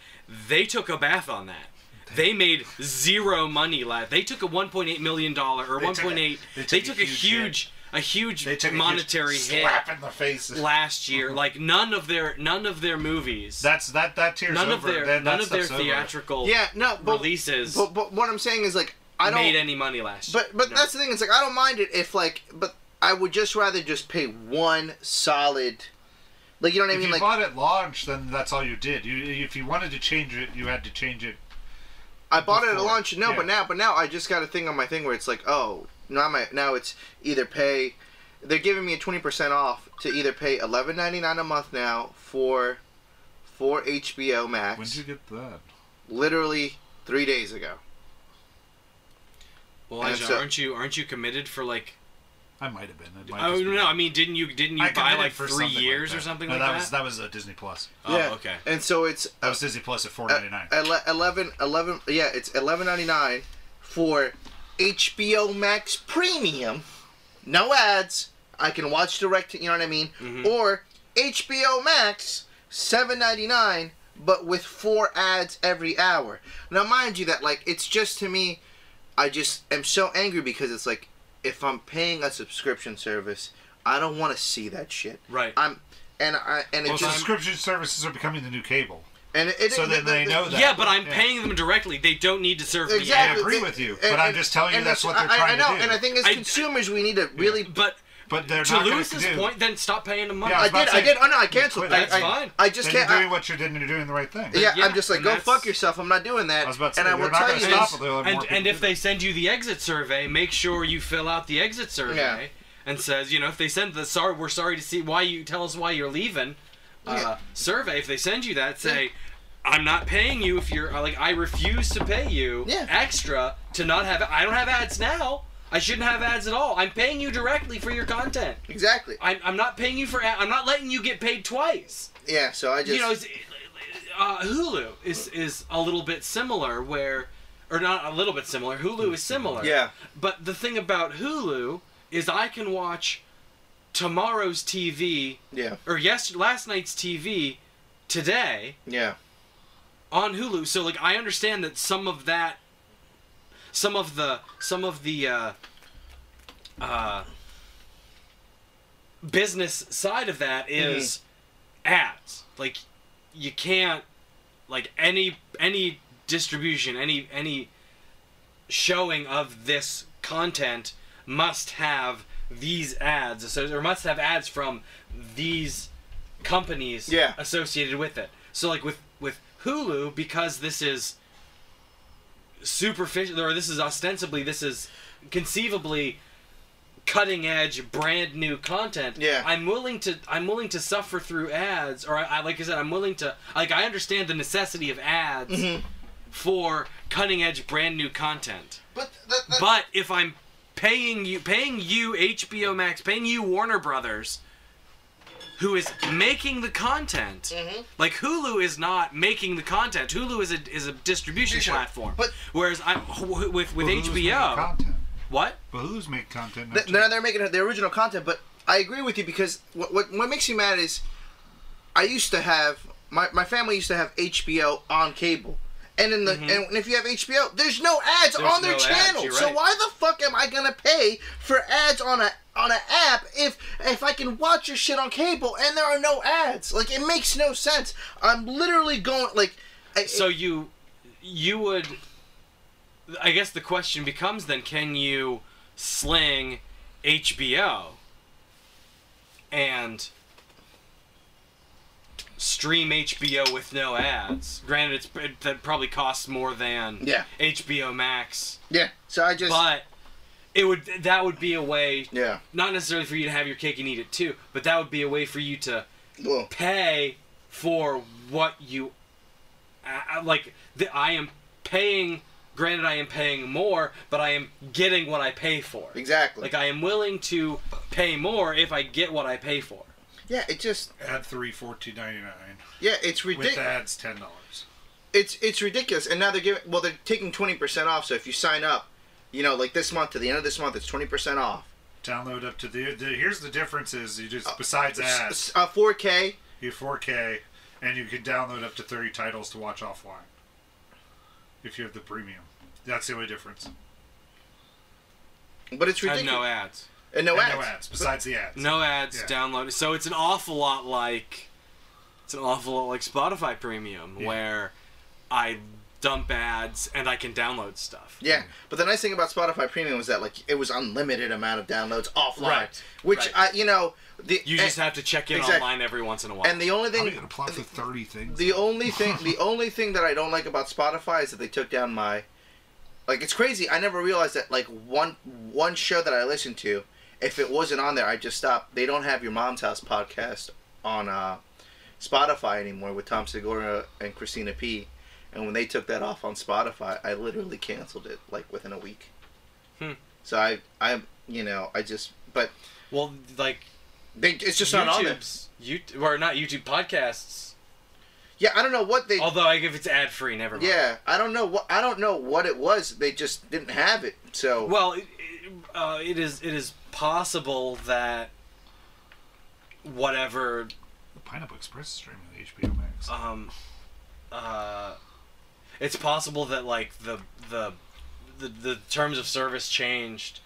Speaker 2: they took a bath on that. They made zero money last. They took a 1.8 million dollar or
Speaker 3: They took a-
Speaker 2: 1.8 they
Speaker 3: they
Speaker 2: took,
Speaker 3: took a
Speaker 2: a
Speaker 3: huge
Speaker 2: huge a huge
Speaker 3: They took a huge
Speaker 2: monetary hit
Speaker 3: slap in the face.
Speaker 2: last year. Like none of their none of their movies.
Speaker 3: That's that that tears
Speaker 2: none of
Speaker 3: over.
Speaker 2: their
Speaker 3: that, that
Speaker 2: none of their
Speaker 3: stuff's over.
Speaker 2: theatrical
Speaker 1: yeah no but,
Speaker 2: releases
Speaker 1: But, but what I'm saying is like I don't
Speaker 2: made any money last year.
Speaker 1: But but
Speaker 2: No.
Speaker 1: that's the thing. It's like I don't mind it if like, but I would just rather just pay one solid, like you know what I
Speaker 3: If
Speaker 1: mean?
Speaker 3: you
Speaker 1: Like
Speaker 3: bought it launch, then that's all you did. You if you wanted to change it, you had to change it.
Speaker 1: I bought it at
Speaker 3: before.
Speaker 1: launch. No,
Speaker 3: Yeah.
Speaker 1: but now but now I just got a thing on my thing where it's like, oh, now my now it's either pay. They're giving me a twenty percent off to either pay eleven ninety nine a month now for, for HBO Max.
Speaker 3: When did you get that?
Speaker 1: Literally three days ago.
Speaker 2: Well,
Speaker 1: And
Speaker 2: Elijah,
Speaker 1: so-
Speaker 2: aren't you aren't you committed for like?
Speaker 3: I might have been. It might
Speaker 2: Oh
Speaker 3: just be-
Speaker 2: no, I mean, didn't you didn't you
Speaker 3: I
Speaker 2: buy
Speaker 3: committed
Speaker 2: like
Speaker 3: for
Speaker 2: three
Speaker 3: something like
Speaker 2: years
Speaker 3: that.
Speaker 2: or something
Speaker 3: no,
Speaker 2: like
Speaker 3: that
Speaker 2: that?
Speaker 3: was that was a Disney Plus.
Speaker 2: Oh,
Speaker 1: yeah.
Speaker 2: okay.
Speaker 1: And so it's
Speaker 3: That was Disney Plus at four
Speaker 1: uh,
Speaker 3: ninety nine.
Speaker 1: ele- 11, 11 yeah, it's eleven ninety nine for HBO Max Premium, no ads. I can watch direct. You know what I mean?
Speaker 3: Mm-hmm.
Speaker 1: Or HBO Max seven ninety nine, but with four ads every hour. Now, mind you, that like it's just to me, I just am so angry because it's like if I'm paying a subscription service, I don't want to see that shit.
Speaker 2: Right.
Speaker 1: I'm. And I and it
Speaker 3: Well,
Speaker 1: just
Speaker 3: subscription services are becoming the new cable.
Speaker 1: and it, it
Speaker 3: So then they know that.
Speaker 2: yeah, but I'm
Speaker 3: Yeah.
Speaker 2: paying them directly. They don't need to serve
Speaker 1: Exactly.
Speaker 3: I agree with you, but I'm just telling you
Speaker 1: and
Speaker 3: that's what they're
Speaker 1: I- I-
Speaker 3: trying to
Speaker 1: I know,
Speaker 3: do.
Speaker 1: and I think as
Speaker 2: I-
Speaker 1: consumers, we need to really.
Speaker 2: me. But
Speaker 3: But they're
Speaker 2: to
Speaker 3: not gonna
Speaker 2: Lewis's
Speaker 3: do-
Speaker 2: point, then stop paying him money.
Speaker 3: Yeah,
Speaker 1: I
Speaker 3: was about
Speaker 1: did.
Speaker 3: to
Speaker 1: I
Speaker 3: say,
Speaker 1: did. Oh no, I canceled.
Speaker 3: quit.
Speaker 1: I-
Speaker 2: That's
Speaker 1: I,
Speaker 2: fine.
Speaker 1: I just
Speaker 3: Then
Speaker 1: can't.
Speaker 3: you're doing
Speaker 1: I-
Speaker 3: what you did, and you're doing the right thing.
Speaker 1: yeah,
Speaker 2: Yeah,
Speaker 1: I'm just like,
Speaker 2: and
Speaker 1: go
Speaker 2: that's-
Speaker 1: fuck yourself. I'm not doing that.
Speaker 3: I was about to say,
Speaker 1: and I
Speaker 3: you're
Speaker 1: will
Speaker 3: not
Speaker 1: tell
Speaker 3: gonna
Speaker 1: you
Speaker 3: stop
Speaker 1: this.
Speaker 3: it. They'll have more
Speaker 2: and
Speaker 3: people
Speaker 2: and
Speaker 3: do
Speaker 2: if they send you the exit survey, make sure you fill out the exit survey
Speaker 1: Yeah.
Speaker 2: and says, you know, if they send the sorry, we're sorry to see why you tell us why you're leaving uh,
Speaker 1: Yeah.
Speaker 2: survey. If they send you that, say, I'm not paying you if you're uh, like I refuse to pay you
Speaker 1: Yeah.
Speaker 2: extra to not have I don't have ads now. I shouldn't have ads at all. I'm paying you directly for your content.
Speaker 1: Exactly.
Speaker 2: I'm, I'm not paying you for ad. I'm not letting you get paid twice
Speaker 1: Yeah. So I just.
Speaker 2: you know, it's, uh, Hulu is is a little bit similar, where, or not a little bit similar. Hulu is similar.
Speaker 1: yeah.
Speaker 2: But the thing about Hulu is I can watch tomorrow's TV
Speaker 1: Yeah.
Speaker 2: or yes last night's TV today
Speaker 1: Yeah.
Speaker 2: on Hulu. So like I understand that some of that, some of the some of the uh, uh, business side of that is ads. Like you can't like any any distribution any any showing of this content must have these ads associated, or must have ads from these companies
Speaker 1: Yeah.
Speaker 2: associated with it. So like with with Hulu because this is superficial or this is ostensibly this is conceivably cutting edge brand new content
Speaker 1: Yeah.
Speaker 2: i'm willing to i'm willing to suffer through ads or i, I like i said i'm willing to like i understand the necessity of ads
Speaker 1: Mm-hmm.
Speaker 2: for cutting edge brand new content
Speaker 3: But that, that,
Speaker 2: but if i'm paying you paying you hbo max paying you warner brothers who is making the content
Speaker 1: Mm-hmm.
Speaker 2: like hulu is not making the content hulu is a is a distribution
Speaker 3: Sure,
Speaker 2: platform
Speaker 1: but-
Speaker 2: whereas i with with
Speaker 3: But Hulu's making
Speaker 2: hbo
Speaker 3: Content.
Speaker 2: what
Speaker 3: But Hulu's make content.
Speaker 1: Th- no, they're making the original content, but I agree with you because what what, what makes me mad is I used to have my, my family used to have HBO on cable. And in the and if you have HBO, there's no ads
Speaker 2: Mm-hmm. There's
Speaker 1: on their
Speaker 2: no ads,
Speaker 1: channel.
Speaker 2: you're
Speaker 1: So
Speaker 2: right.
Speaker 1: why the fuck am I gonna pay for ads on a on an app if if I can watch your shit on cable and there are no ads? Like it makes no sense. I'm literally going like I,
Speaker 2: so you you would i guess the question becomes then can you sling hbo and stream hbo with no ads granted it's it, that probably costs more than
Speaker 1: Yeah.
Speaker 2: hbo max
Speaker 1: yeah. So I just
Speaker 2: but it would that would be a way
Speaker 1: yeah.
Speaker 2: not necessarily for you to have your cake and eat it too but that would be a way for you to
Speaker 1: Well,
Speaker 2: pay for what you I- I- like the, i am paying granted i am paying more but i am getting what i pay for
Speaker 1: exactly.
Speaker 2: like i am willing to pay more if i get what i pay for
Speaker 1: yeah, it just
Speaker 3: Add three fourteen ninety nine
Speaker 1: yeah, it's
Speaker 3: with
Speaker 1: ridiculous.
Speaker 3: ads ten dollars.
Speaker 1: it's it's ridiculous. And now they're giving well, they're taking twenty percent off. So if you sign up, you know, like this month to the end of this month, it's twenty percent off.
Speaker 3: Download up to the, the. Here's the differences. You just besides ads,
Speaker 1: Oh, S- Uh, 4K.
Speaker 3: you 4K, and you can download up to 30 titles to watch offline. If you have the premium, that's the only difference.
Speaker 1: But it's ridiculous.
Speaker 2: and no ads
Speaker 1: And no
Speaker 3: And
Speaker 1: ads.
Speaker 3: No ads besides the ads.
Speaker 2: no ads
Speaker 3: Yeah.
Speaker 2: downloaded so it's an awful lot like it's an awful lot like spotify premium
Speaker 3: Yeah.
Speaker 2: where i dump ads and i can download stuff
Speaker 1: Yeah, but the nice thing about Spotify Premium was that like it was unlimited amount of downloads offline,
Speaker 2: Right,
Speaker 1: which
Speaker 2: right.
Speaker 1: I you know the
Speaker 2: you just have to check in
Speaker 1: Eh, Exact-
Speaker 2: online every once in a while
Speaker 1: and the only
Speaker 3: How are
Speaker 1: thing
Speaker 3: you gonna apply for 30 things?
Speaker 1: The only thing, the only thing that I don't like about Spotify is that they took down my, like it's crazy. I never realized that like one one show that I listened to, if it wasn't on there, I just stopped. They don't have your mom's house podcast on uh, Spotify anymore with Tom Segura and Christina P. And when they took that off on Spotify, I literally canceled it like within a week.
Speaker 2: Hmm.
Speaker 1: So I, I, you know, I just, but
Speaker 2: well like
Speaker 1: they, it's just not on there.
Speaker 2: YouTube or not YouTube podcasts.
Speaker 1: Yeah, I don't know what they.
Speaker 2: Although like if it's ad free, never mind.
Speaker 1: Yeah, I don't know what I don't know what it was. They just didn't have it. So
Speaker 2: Well, it, it, uh, it is it is possible that whatever
Speaker 3: Pineapple Express is streaming the HBO Max.
Speaker 2: um uh it's possible that like the the the, the terms of service changed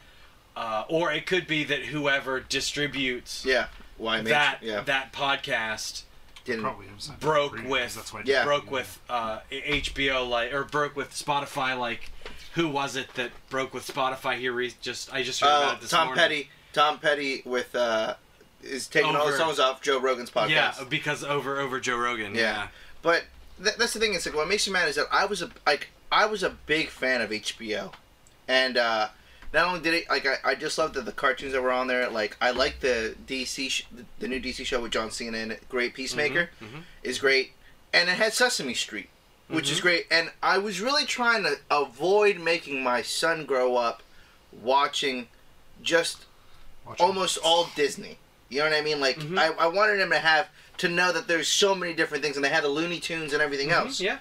Speaker 2: uh, or it could be that whoever distributes
Speaker 1: yeah, why well,
Speaker 2: that
Speaker 1: yeah
Speaker 2: that podcast
Speaker 1: didn't
Speaker 3: Probably I'm sorry.
Speaker 2: broke
Speaker 3: Premium,
Speaker 2: with-
Speaker 3: That's why I
Speaker 1: yeah.
Speaker 3: did-
Speaker 2: broke with uh, HBO like or broke with Spotify like who was it that broke with Spotify here re- just I just heard
Speaker 1: uh,
Speaker 2: about it this
Speaker 1: Tom
Speaker 2: morning.
Speaker 1: Petty Tom Petty with uh, is taking all the
Speaker 2: Over.
Speaker 1: songs off Joe Rogan's podcast.
Speaker 2: Yeah, because over over Joe Rogan.
Speaker 1: Yeah.
Speaker 2: Yeah.
Speaker 1: But th- that's the thing. It's like what makes me mad is that I was a like I was a big fan of HBO, and uh, not only did it like I, I just loved the, the cartoons that were on there. Like I liked the DC sh- the, the new DC show with John Cena in it. Great Peacemaker is great, and it had Sesame Street, which is great. And I was really trying to avoid making my son grow up watching just
Speaker 3: Watch it.
Speaker 1: almost all Disney. You know what I mean? Like
Speaker 2: Mm-hmm.
Speaker 1: I, I wanted him to have to know that there's so many different things, and they had the Looney Tunes and everything else.
Speaker 2: Mm-hmm, Yeah.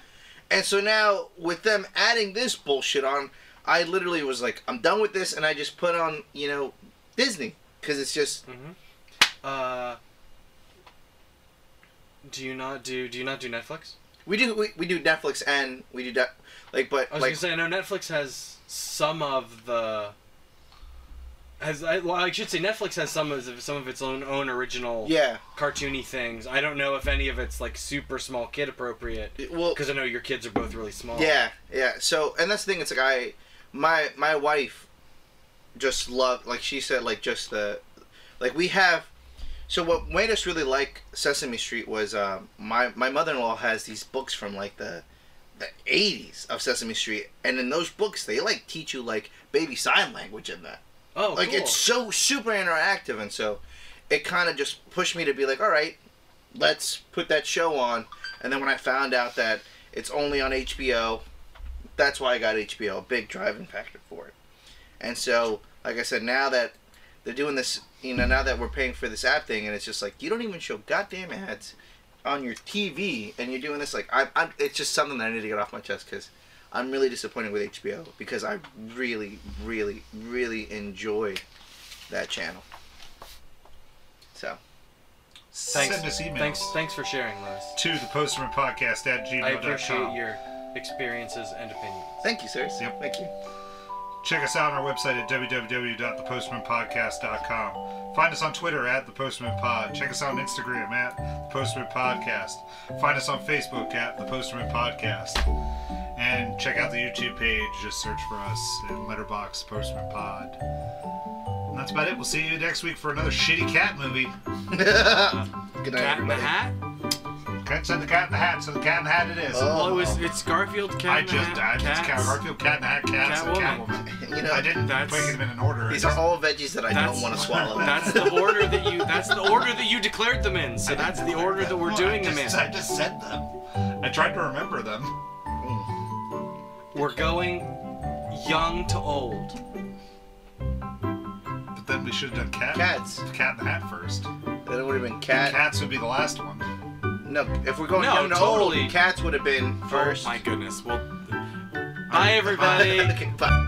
Speaker 1: And so now with them adding this bullshit on, I literally was like, I'm done with this, and I just put on you know Disney because it's just
Speaker 2: Uh, do you not do do you not do Netflix?
Speaker 1: we do we, we do Netflix and we do that like but
Speaker 2: I was
Speaker 1: like
Speaker 2: gonna say I know Netflix has some of the has I, well I should say Netflix has some of some of its own own original
Speaker 1: yeah
Speaker 2: cartoony things. I don't know if any of it's like super small kid appropriate
Speaker 1: it- well
Speaker 2: because I know your kids are both really small.
Speaker 1: Yeah, yeah. So, and that's the thing. It's like I, my my wife, just loved like she said like just the, like we have. So what made us really like Sesame Street was um, my my mother in law has these books from like the, the eighties of Sesame Street, and in those books they like teach you like baby sign language in that.
Speaker 2: Oh,
Speaker 1: Like
Speaker 2: cool.
Speaker 1: it's so super interactive, and so it kind of just pushed me to be like, all right, let's put that show on. And then when I found out that it's only on HBO, that's why I got HBO, a big driving factor for it. And so, like I said, now that they're doing this, you know, now that we're paying for this app thing, and it's just like you don't even show goddamn ads on your TV, and you're doing this like I, I'm. It's just something that I need to get off my chest because I'm really disappointed with HBO because I really, really, really enjoy that channel. So
Speaker 2: Thanks.
Speaker 3: Send us emails.
Speaker 2: Thanks. Thanks for sharing, Louis.
Speaker 3: To the postman podcast at gmail.com.
Speaker 2: I appreciate your experiences and opinions.
Speaker 1: thank you, sirs.
Speaker 3: Yep.
Speaker 1: Thank you.
Speaker 3: Check us out on our website at www.thepostmanpodcast.com. Find us on Twitter at The Postman Pod. Check us out on Instagram at The Postman Podcast. Find us on Facebook at The Postman Podcast. And check out the YouTube page. Just search for us and letterbox Postman Pod. And that's about it. We'll see you next week for another shitty cat movie.
Speaker 1: Good night,
Speaker 2: Cat in the
Speaker 1: everybody.
Speaker 2: Hat.
Speaker 3: Cat said the cat in the hat, so the cat in the hat it is.
Speaker 1: Oh.
Speaker 2: Oh, it was it's Garfield. Cat
Speaker 3: I
Speaker 2: in the
Speaker 3: just
Speaker 2: Hat,
Speaker 3: died. It's cat,
Speaker 2: Cats.
Speaker 3: Garfield, cat in the hat, cats,
Speaker 2: Catwoman.
Speaker 3: and Catwoman.
Speaker 1: You know,
Speaker 3: I didn't
Speaker 2: That's-
Speaker 3: put them in an order.
Speaker 1: These
Speaker 3: I
Speaker 1: are
Speaker 3: just-
Speaker 1: all veggies that I
Speaker 2: That's-
Speaker 1: don't want to swallow.
Speaker 2: That's the order that you. That's the order that you declared them in. So that's the order that we're
Speaker 3: Well,
Speaker 2: doing
Speaker 3: I
Speaker 2: them in.
Speaker 3: just, I just said them. I tried to remember them.
Speaker 2: We're going young to old.
Speaker 3: But then we should have done cat.
Speaker 1: Cats.
Speaker 3: Cat in the Hat first.
Speaker 1: That would have been cat.
Speaker 3: Cats would be the last one.
Speaker 1: No, if we're going
Speaker 2: No,
Speaker 1: young to
Speaker 2: totally.
Speaker 1: old, cats would have been first.
Speaker 2: Oh my goodness. Well, bye everybody.
Speaker 1: Okay, bye.